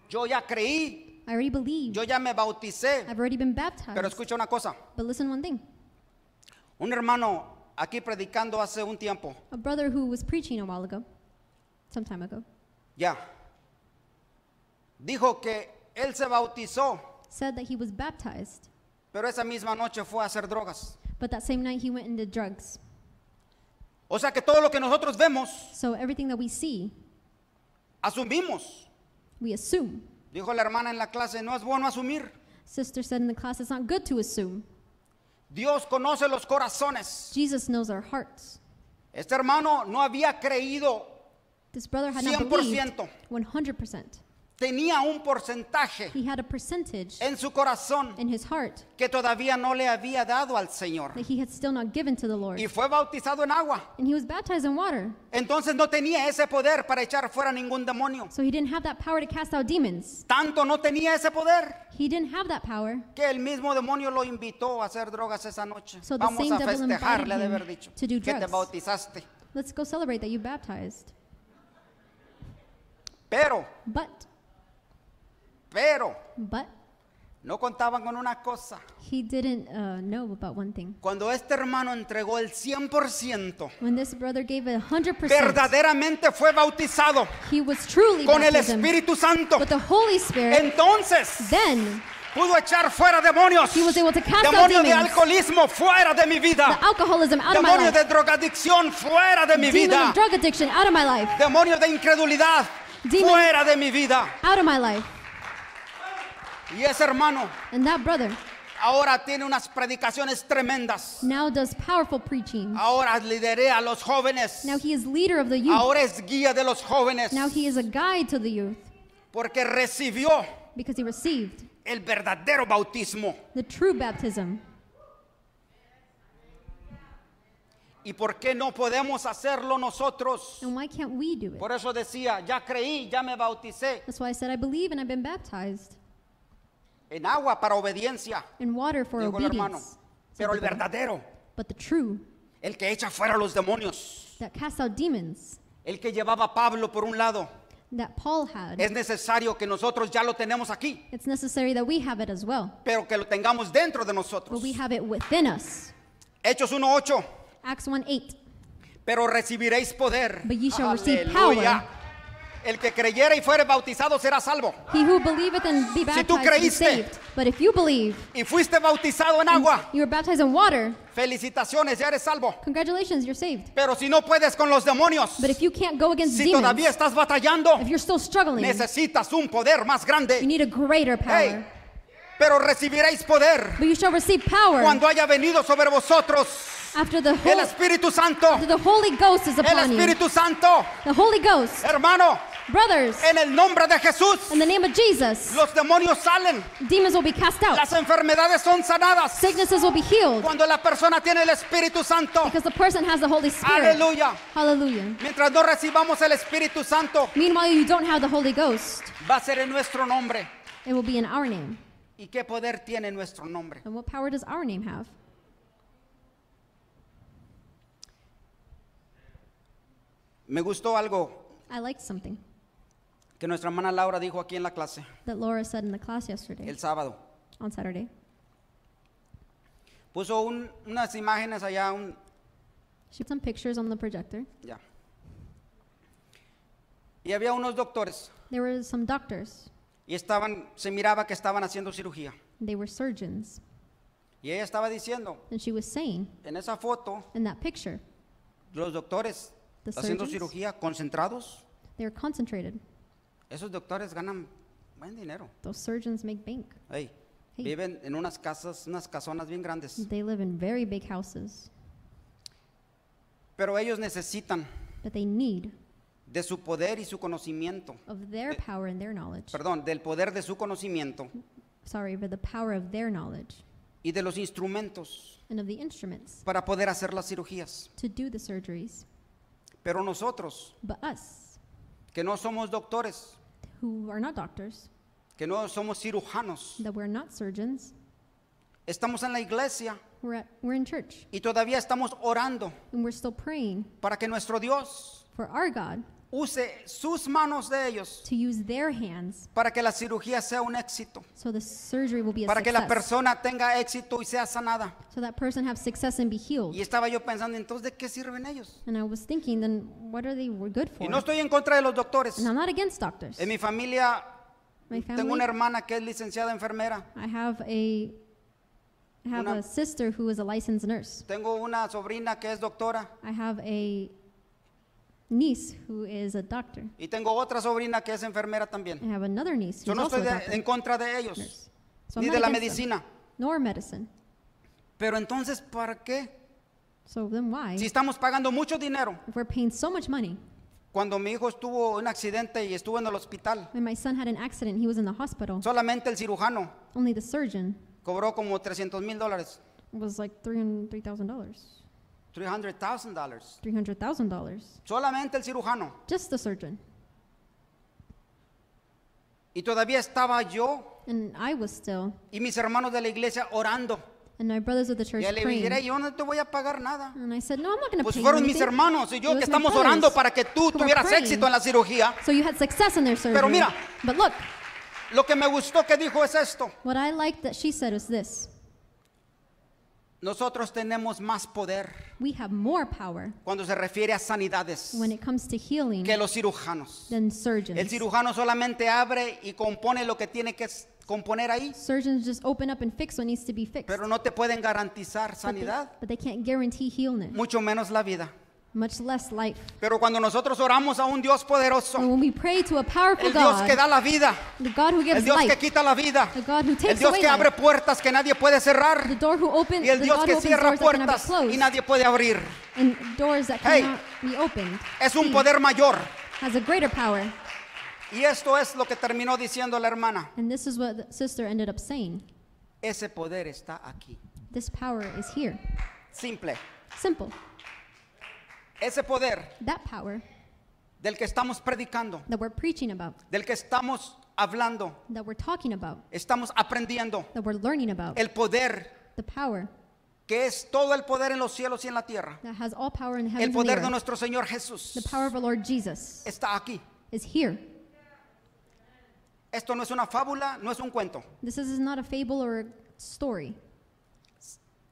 Speaker 3: Yo ya creí,
Speaker 2: I already believe.
Speaker 3: yo ya me bauticé.
Speaker 2: I've already been baptized.
Speaker 3: Pero escucha una cosa.
Speaker 2: But listen one thing.
Speaker 3: Un hermano aquí predicando hace un tiempo,
Speaker 2: A brother who was preaching a while ago, some time ago,
Speaker 3: ya, dijo que él se bautizó,
Speaker 2: said that he was baptized,
Speaker 3: pero esa misma noche fue a hacer drogas.
Speaker 2: but that same night he went and did drugs.
Speaker 3: O sea que todo lo que nosotros vemos,
Speaker 2: So everything that we see,
Speaker 3: asumimos.
Speaker 2: we assume.
Speaker 3: Dijo la hermana en la clase, no es bueno asumir.
Speaker 2: Sister said in the class, it's not good to assume.
Speaker 3: Dios conoce los corazones.
Speaker 2: Jesus knows our hearts.
Speaker 3: Este hermano no había creído,
Speaker 2: This brother had not believed
Speaker 3: 100%.
Speaker 2: 100%.
Speaker 3: tenía un porcentaje
Speaker 2: He had a percentage
Speaker 3: en su corazón
Speaker 2: in his heart
Speaker 3: que todavía no le había dado al Señor.
Speaker 2: that he had still not given to the Lord.
Speaker 3: Y fue bautizado en agua.
Speaker 2: And he was baptized in water,
Speaker 3: Entonces no tenía ese poder para echar fuera ningún demonio.
Speaker 2: so he didn't have that power to cast out demons.
Speaker 3: Tanto no tenía ese poder
Speaker 2: He didn't have that power.
Speaker 3: que el mismo demonio lo invitó a hacer drogas esa noche.
Speaker 2: So the
Speaker 3: Vamos
Speaker 2: same
Speaker 3: a
Speaker 2: devil
Speaker 3: festejar,
Speaker 2: invited
Speaker 3: le ha de haber
Speaker 2: him
Speaker 3: dicho,
Speaker 2: to
Speaker 3: que
Speaker 2: do
Speaker 3: te
Speaker 2: drugs.
Speaker 3: bautizaste.
Speaker 2: Let's go celebrate that you baptized.
Speaker 3: Pero,
Speaker 2: But,
Speaker 3: pero,
Speaker 2: but,
Speaker 3: no contaban con una cosa.
Speaker 2: he didn't uh, know about one thing.
Speaker 3: Cuando este hermano entregó el 100%,
Speaker 2: When this brother gave it 100%,
Speaker 3: verdaderamente fue bautizado
Speaker 2: he was truly
Speaker 3: con el
Speaker 2: baptismed
Speaker 3: Espíritu Santo.
Speaker 2: with the Holy Spirit.
Speaker 3: Entonces
Speaker 2: Then,
Speaker 3: pudo echar fuera demonios.
Speaker 2: He was able to cast out
Speaker 3: Demonio de
Speaker 2: demons.
Speaker 3: alcoholismo fuera de mi vida.
Speaker 2: the alcoholism out of my
Speaker 3: Demonio
Speaker 2: life,
Speaker 3: de drogadicción fuera Ah. de mi
Speaker 2: demon
Speaker 3: vida.
Speaker 2: of drug addiction out of my life,
Speaker 3: Demonio de incredulidad
Speaker 2: Demon-
Speaker 3: fuera de mi vida.
Speaker 2: out of my life.
Speaker 3: Y ese hermano
Speaker 2: And that brother
Speaker 3: ahora tiene unas predicaciones tremendas.
Speaker 2: now does powerful preaching.
Speaker 3: Ahora liderea a los jóvenes.
Speaker 2: Now he is leader of the youth.
Speaker 3: Ahora es guía de los jóvenes.
Speaker 2: Now he is a guide to the youth
Speaker 3: Porque recibió
Speaker 2: because he received
Speaker 3: el verdadero bautismo.
Speaker 2: the true baptism.
Speaker 3: ¿Y por qué no podemos hacerlo nosotros?
Speaker 2: And why can't we do it?
Speaker 3: Por eso decía, ya creí, ya me bauticé
Speaker 2: That's why I said I believe and I've been baptized
Speaker 3: en agua para obediencia.
Speaker 2: in water for
Speaker 3: Dijo el hermano.
Speaker 2: obedience. said
Speaker 3: Pero
Speaker 2: the
Speaker 3: el
Speaker 2: brother.
Speaker 3: verdadero,
Speaker 2: But the true
Speaker 3: el que echa fuera a los demonios,
Speaker 2: that casts out demons
Speaker 3: el que llevaba a Pablo por un lado,
Speaker 2: that Paul had,
Speaker 3: es necesario que nosotros ya lo tenemos aquí,
Speaker 2: it's necessary that we have it as well.
Speaker 3: pero que lo tengamos dentro de nosotros.
Speaker 2: But we have it within us.
Speaker 3: Hechos 1.8,
Speaker 2: Acts 1 8.
Speaker 3: pero recibiréis poder.
Speaker 2: But ye shall receive
Speaker 3: Aleluya. El que creyera y fuere bautizado será salvo.
Speaker 2: He who believeth and be
Speaker 3: tú
Speaker 2: baptized shall be
Speaker 3: creíste.
Speaker 2: saved. But if you believe,
Speaker 3: Y fuiste bautizado en agua.
Speaker 2: you were baptized in water,
Speaker 3: Felicitaciones, ya eres salvo.
Speaker 2: congratulations, you're saved.
Speaker 3: Pero si no puedes con los demonios,
Speaker 2: But if you can't go against
Speaker 3: si
Speaker 2: demons,
Speaker 3: todavía estás batallando,
Speaker 2: if you're still struggling,
Speaker 3: necesitas un poder más
Speaker 2: you
Speaker 3: grande.
Speaker 2: need a greater power.
Speaker 3: Hey, pero recibiréis poder
Speaker 2: But you shall receive power
Speaker 3: cuando haya venido sobre vosotros
Speaker 2: after the,
Speaker 3: el
Speaker 2: Hol-
Speaker 3: Espíritu Santo.
Speaker 2: after the Holy Ghost is
Speaker 3: El
Speaker 2: upon you.
Speaker 3: Espíritu Santo,
Speaker 2: The Holy Ghost,
Speaker 3: hermano,
Speaker 2: brothers,
Speaker 3: en el nombre de Jesús,
Speaker 2: in the name of Jesus,
Speaker 3: los demonios salen,
Speaker 2: demons will be cast out.
Speaker 3: las enfermedades son sanadas.
Speaker 2: Sicknesses will be healed
Speaker 3: Cuando la persona tiene el Espíritu Santo,
Speaker 2: because the person has the Holy Spirit.
Speaker 3: aleluya.
Speaker 2: Hallelujah.
Speaker 3: Mientras no recibamos el Espíritu Santo,
Speaker 2: Meanwhile, you don't have the Holy Ghost.
Speaker 3: va a ser en nuestro nombre.
Speaker 2: It will be in our name.
Speaker 3: ¿Y qué poder tiene nuestro nombre?
Speaker 2: And what power does our name have?
Speaker 3: Me gustó algo
Speaker 2: I liked something
Speaker 3: que nuestra hermana Laura dijo aquí en la clase
Speaker 2: that Laura said in the class yesterday,
Speaker 3: el sábado.
Speaker 2: on Saturday.
Speaker 3: Puso un- unas imágenes allá, un,
Speaker 2: She put some pictures on the projector.
Speaker 3: ya. Y había unos doctores
Speaker 2: There were some doctors,
Speaker 3: y estaban, se miraba que estaban haciendo cirugía.
Speaker 2: they were surgeons.
Speaker 3: Y ella estaba diciendo,
Speaker 2: And she was saying
Speaker 3: en esa foto,
Speaker 2: in that picture,
Speaker 3: los doctores
Speaker 2: The
Speaker 3: haciendo
Speaker 2: surgeons?
Speaker 3: cirugía concentrados,
Speaker 2: they were concentrated.
Speaker 3: esos doctores ganan buen dinero.
Speaker 2: Those surgeons make bank.
Speaker 3: Ey,
Speaker 2: Hey.
Speaker 3: Viven en unas casas, unas casonas bien grandes,
Speaker 2: They live in very big houses,
Speaker 3: pero ellos necesitan
Speaker 2: but they need
Speaker 3: de su poder y su conocimiento,
Speaker 2: of
Speaker 3: Eh.
Speaker 2: their power and their knowledge.
Speaker 3: perdón, del poder de su conocimiento
Speaker 2: Sorry, but the power of their knowledge
Speaker 3: y de los instrumentos
Speaker 2: and of the instruments
Speaker 3: para poder hacer las cirugías.
Speaker 2: to do the surgeries.
Speaker 3: Pero nosotros,
Speaker 2: But us,
Speaker 3: que no somos doctores,
Speaker 2: who are not doctors,
Speaker 3: que no somos cirujanos,
Speaker 2: that we're not surgeons,
Speaker 3: estamos en la iglesia
Speaker 2: we're, at, we're in church
Speaker 3: y todavía estamos orando
Speaker 2: and we're still praying
Speaker 3: para que nuestro Dios
Speaker 2: for our God
Speaker 3: use sus manos de ellos
Speaker 2: to use their hands
Speaker 3: para que la cirugía sea un éxito,
Speaker 2: so the surgery will be a
Speaker 3: para que la
Speaker 2: success.
Speaker 3: persona tenga éxito y sea sanada.
Speaker 2: So that person have success and be healed.
Speaker 3: Y estaba yo pensando, entonces, ¿de qué sirven ellos?
Speaker 2: And I was thinking, then what are they were good for?
Speaker 3: Y no estoy en contra de los doctores.
Speaker 2: And I'm not against doctors.
Speaker 3: En mi familia
Speaker 2: My
Speaker 3: tengo
Speaker 2: family,
Speaker 3: una hermana que es licenciada enfermera,
Speaker 2: I have a I have
Speaker 3: Una-
Speaker 2: a sister who is a licensed nurse.
Speaker 3: tengo una sobrina que es doctora
Speaker 2: I have a niece who is a doctor.
Speaker 3: y tengo otra sobrina que es enfermera
Speaker 2: I
Speaker 3: también.
Speaker 2: have another niece
Speaker 3: Yo
Speaker 2: who's
Speaker 3: no
Speaker 2: also
Speaker 3: estoy
Speaker 2: a
Speaker 3: de-
Speaker 2: doctor.
Speaker 3: en contra de ellos,
Speaker 2: nurse. So I'm
Speaker 3: ni
Speaker 2: not
Speaker 3: de la
Speaker 2: against them,
Speaker 3: medicina.
Speaker 2: nor medicine.
Speaker 3: Pero entonces, ¿para qué?
Speaker 2: So then why?
Speaker 3: Si estamos pagando mucho dinero,
Speaker 2: If we're paying so much money,
Speaker 3: cuando mi hijo estuvo en un accidente y estuvo en el hospital,
Speaker 2: when my son had an accident, he was in the hospital.
Speaker 3: solamente el cirujano
Speaker 2: Only the surgeon
Speaker 3: cobró como 300 mil dólares,
Speaker 2: was like three hun- $3,000,
Speaker 3: 300,000 dólares.
Speaker 2: $300,000.
Speaker 3: Solamente el cirujano.
Speaker 2: Just the surgeon.
Speaker 3: Y todavía estaba yo
Speaker 2: And I was still,
Speaker 3: y mis hermanos de la iglesia orando.
Speaker 2: and my brothers of the
Speaker 3: Y
Speaker 2: church
Speaker 3: le dije,
Speaker 2: praying.
Speaker 3: yo no te voy a pagar nada.
Speaker 2: And I said, no, I'm not going to
Speaker 3: Pues
Speaker 2: pay you
Speaker 3: fueron mis
Speaker 2: anything.
Speaker 3: hermanos y
Speaker 2: It
Speaker 3: yo que
Speaker 2: was my
Speaker 3: estamos
Speaker 2: brothers
Speaker 3: orando para que tú
Speaker 2: who were
Speaker 3: tuvieras
Speaker 2: praying.
Speaker 3: éxito en la cirugía.
Speaker 2: So you had success in their surgery.
Speaker 3: mira.
Speaker 2: but look,
Speaker 3: Lo que me gustó que dijo es esto.
Speaker 2: what I liked that she said was this.
Speaker 3: Nosotros tenemos más poder
Speaker 2: We have more power
Speaker 3: cuando se refiere a sanidades
Speaker 2: when it comes to healing
Speaker 3: que los cirujanos.
Speaker 2: than surgeons.
Speaker 3: El cirujano solamente abre y compone lo que tiene que s- componer ahí,
Speaker 2: Surgeons just open up and fix what needs to be fixed.
Speaker 3: pero no te pueden garantizar
Speaker 2: but, they,
Speaker 3: sanidad,
Speaker 2: but they can't guarantee healing,
Speaker 3: mucho menos la vida.
Speaker 2: much less life.
Speaker 3: Pero cuando nosotros oramos a un Dios
Speaker 2: And
Speaker 3: poderoso,
Speaker 2: when we pray to a powerful
Speaker 3: el Dios
Speaker 2: God,
Speaker 3: que da la vida,
Speaker 2: the God who
Speaker 3: el
Speaker 2: gives
Speaker 3: Dios que
Speaker 2: life,
Speaker 3: quita la vida,
Speaker 2: the God who
Speaker 3: el
Speaker 2: takes
Speaker 3: Dios
Speaker 2: away
Speaker 3: que abre
Speaker 2: life,
Speaker 3: puertas que nadie puede
Speaker 2: the
Speaker 3: cerrar
Speaker 2: door who opens,
Speaker 3: y el
Speaker 2: the
Speaker 3: Dios
Speaker 2: God
Speaker 3: que
Speaker 2: who opens
Speaker 3: cierra
Speaker 2: doors that cannot be
Speaker 3: puertas
Speaker 2: closed,
Speaker 3: y nadie puede abrir.
Speaker 2: and doors that
Speaker 3: Hey.
Speaker 2: cannot be opened.
Speaker 3: Es un
Speaker 2: He
Speaker 3: poder mayor.
Speaker 2: has a greater power.
Speaker 3: Y esto es lo que terminó diciendo la hermana.
Speaker 2: And this is what the sister ended up saying.
Speaker 3: Ese poder está aquí.
Speaker 2: This power is here.
Speaker 3: Simple.
Speaker 2: Simple.
Speaker 3: Ese poder
Speaker 2: That power
Speaker 3: del que estamos predicando,
Speaker 2: that we're preaching about,
Speaker 3: del que estamos hablando,
Speaker 2: that we're talking about,
Speaker 3: estamos aprendiendo.
Speaker 2: that we're learning about,
Speaker 3: El poder
Speaker 2: the power
Speaker 3: que es todo el poder en los cielos y en la tierra.
Speaker 2: that has all power in
Speaker 3: El
Speaker 2: heaven and the
Speaker 3: poder de
Speaker 2: earth,
Speaker 3: nuestro Señor Jesús
Speaker 2: the power of our Lord Jesus
Speaker 3: está aquí.
Speaker 2: is here.
Speaker 3: Esto no es una fábula, no es un cuento.
Speaker 2: This is not a fable or a story.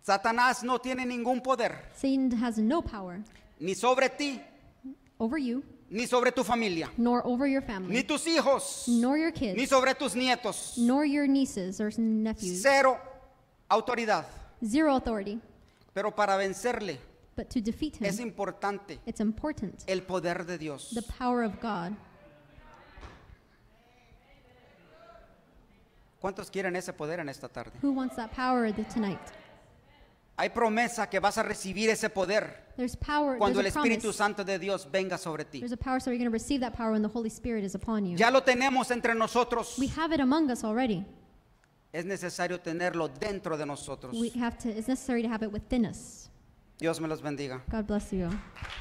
Speaker 3: Satanás no tiene ningún poder,
Speaker 2: Satan has no power
Speaker 3: ni sobre ti,
Speaker 2: over you,
Speaker 3: ni sobre tu familia,
Speaker 2: nor over your
Speaker 3: ni
Speaker 2: family,
Speaker 3: tus hijos,
Speaker 2: nor your
Speaker 3: ni
Speaker 2: kids,
Speaker 3: sobre tus nietos.
Speaker 2: nor your nieces or nephews.
Speaker 3: Cero autoridad.
Speaker 2: Zero authority.
Speaker 3: Pero para vencerle
Speaker 2: But to defeat
Speaker 3: es
Speaker 2: him,
Speaker 3: importante
Speaker 2: it's important.
Speaker 3: el poder de Dios.
Speaker 2: The power of God.
Speaker 3: ¿Cuántos quieren ese poder en esta tarde?
Speaker 2: Who wants that power th- tonight?
Speaker 3: Hay promesa que vas a recibir ese poder
Speaker 2: There's power.
Speaker 3: cuando el
Speaker 2: there's a promise.
Speaker 3: Espíritu Santo de Dios venga sobre ti.
Speaker 2: There's a power, so you're going to receive that power when the Holy Spirit is upon you.
Speaker 3: Ya lo tenemos entre nosotros.
Speaker 2: We have it among us already.
Speaker 3: Es necesario tenerlo dentro de nosotros.
Speaker 2: We have to. It's necessary to have it within us.
Speaker 3: Dios me los bendiga.
Speaker 2: God bless you. all.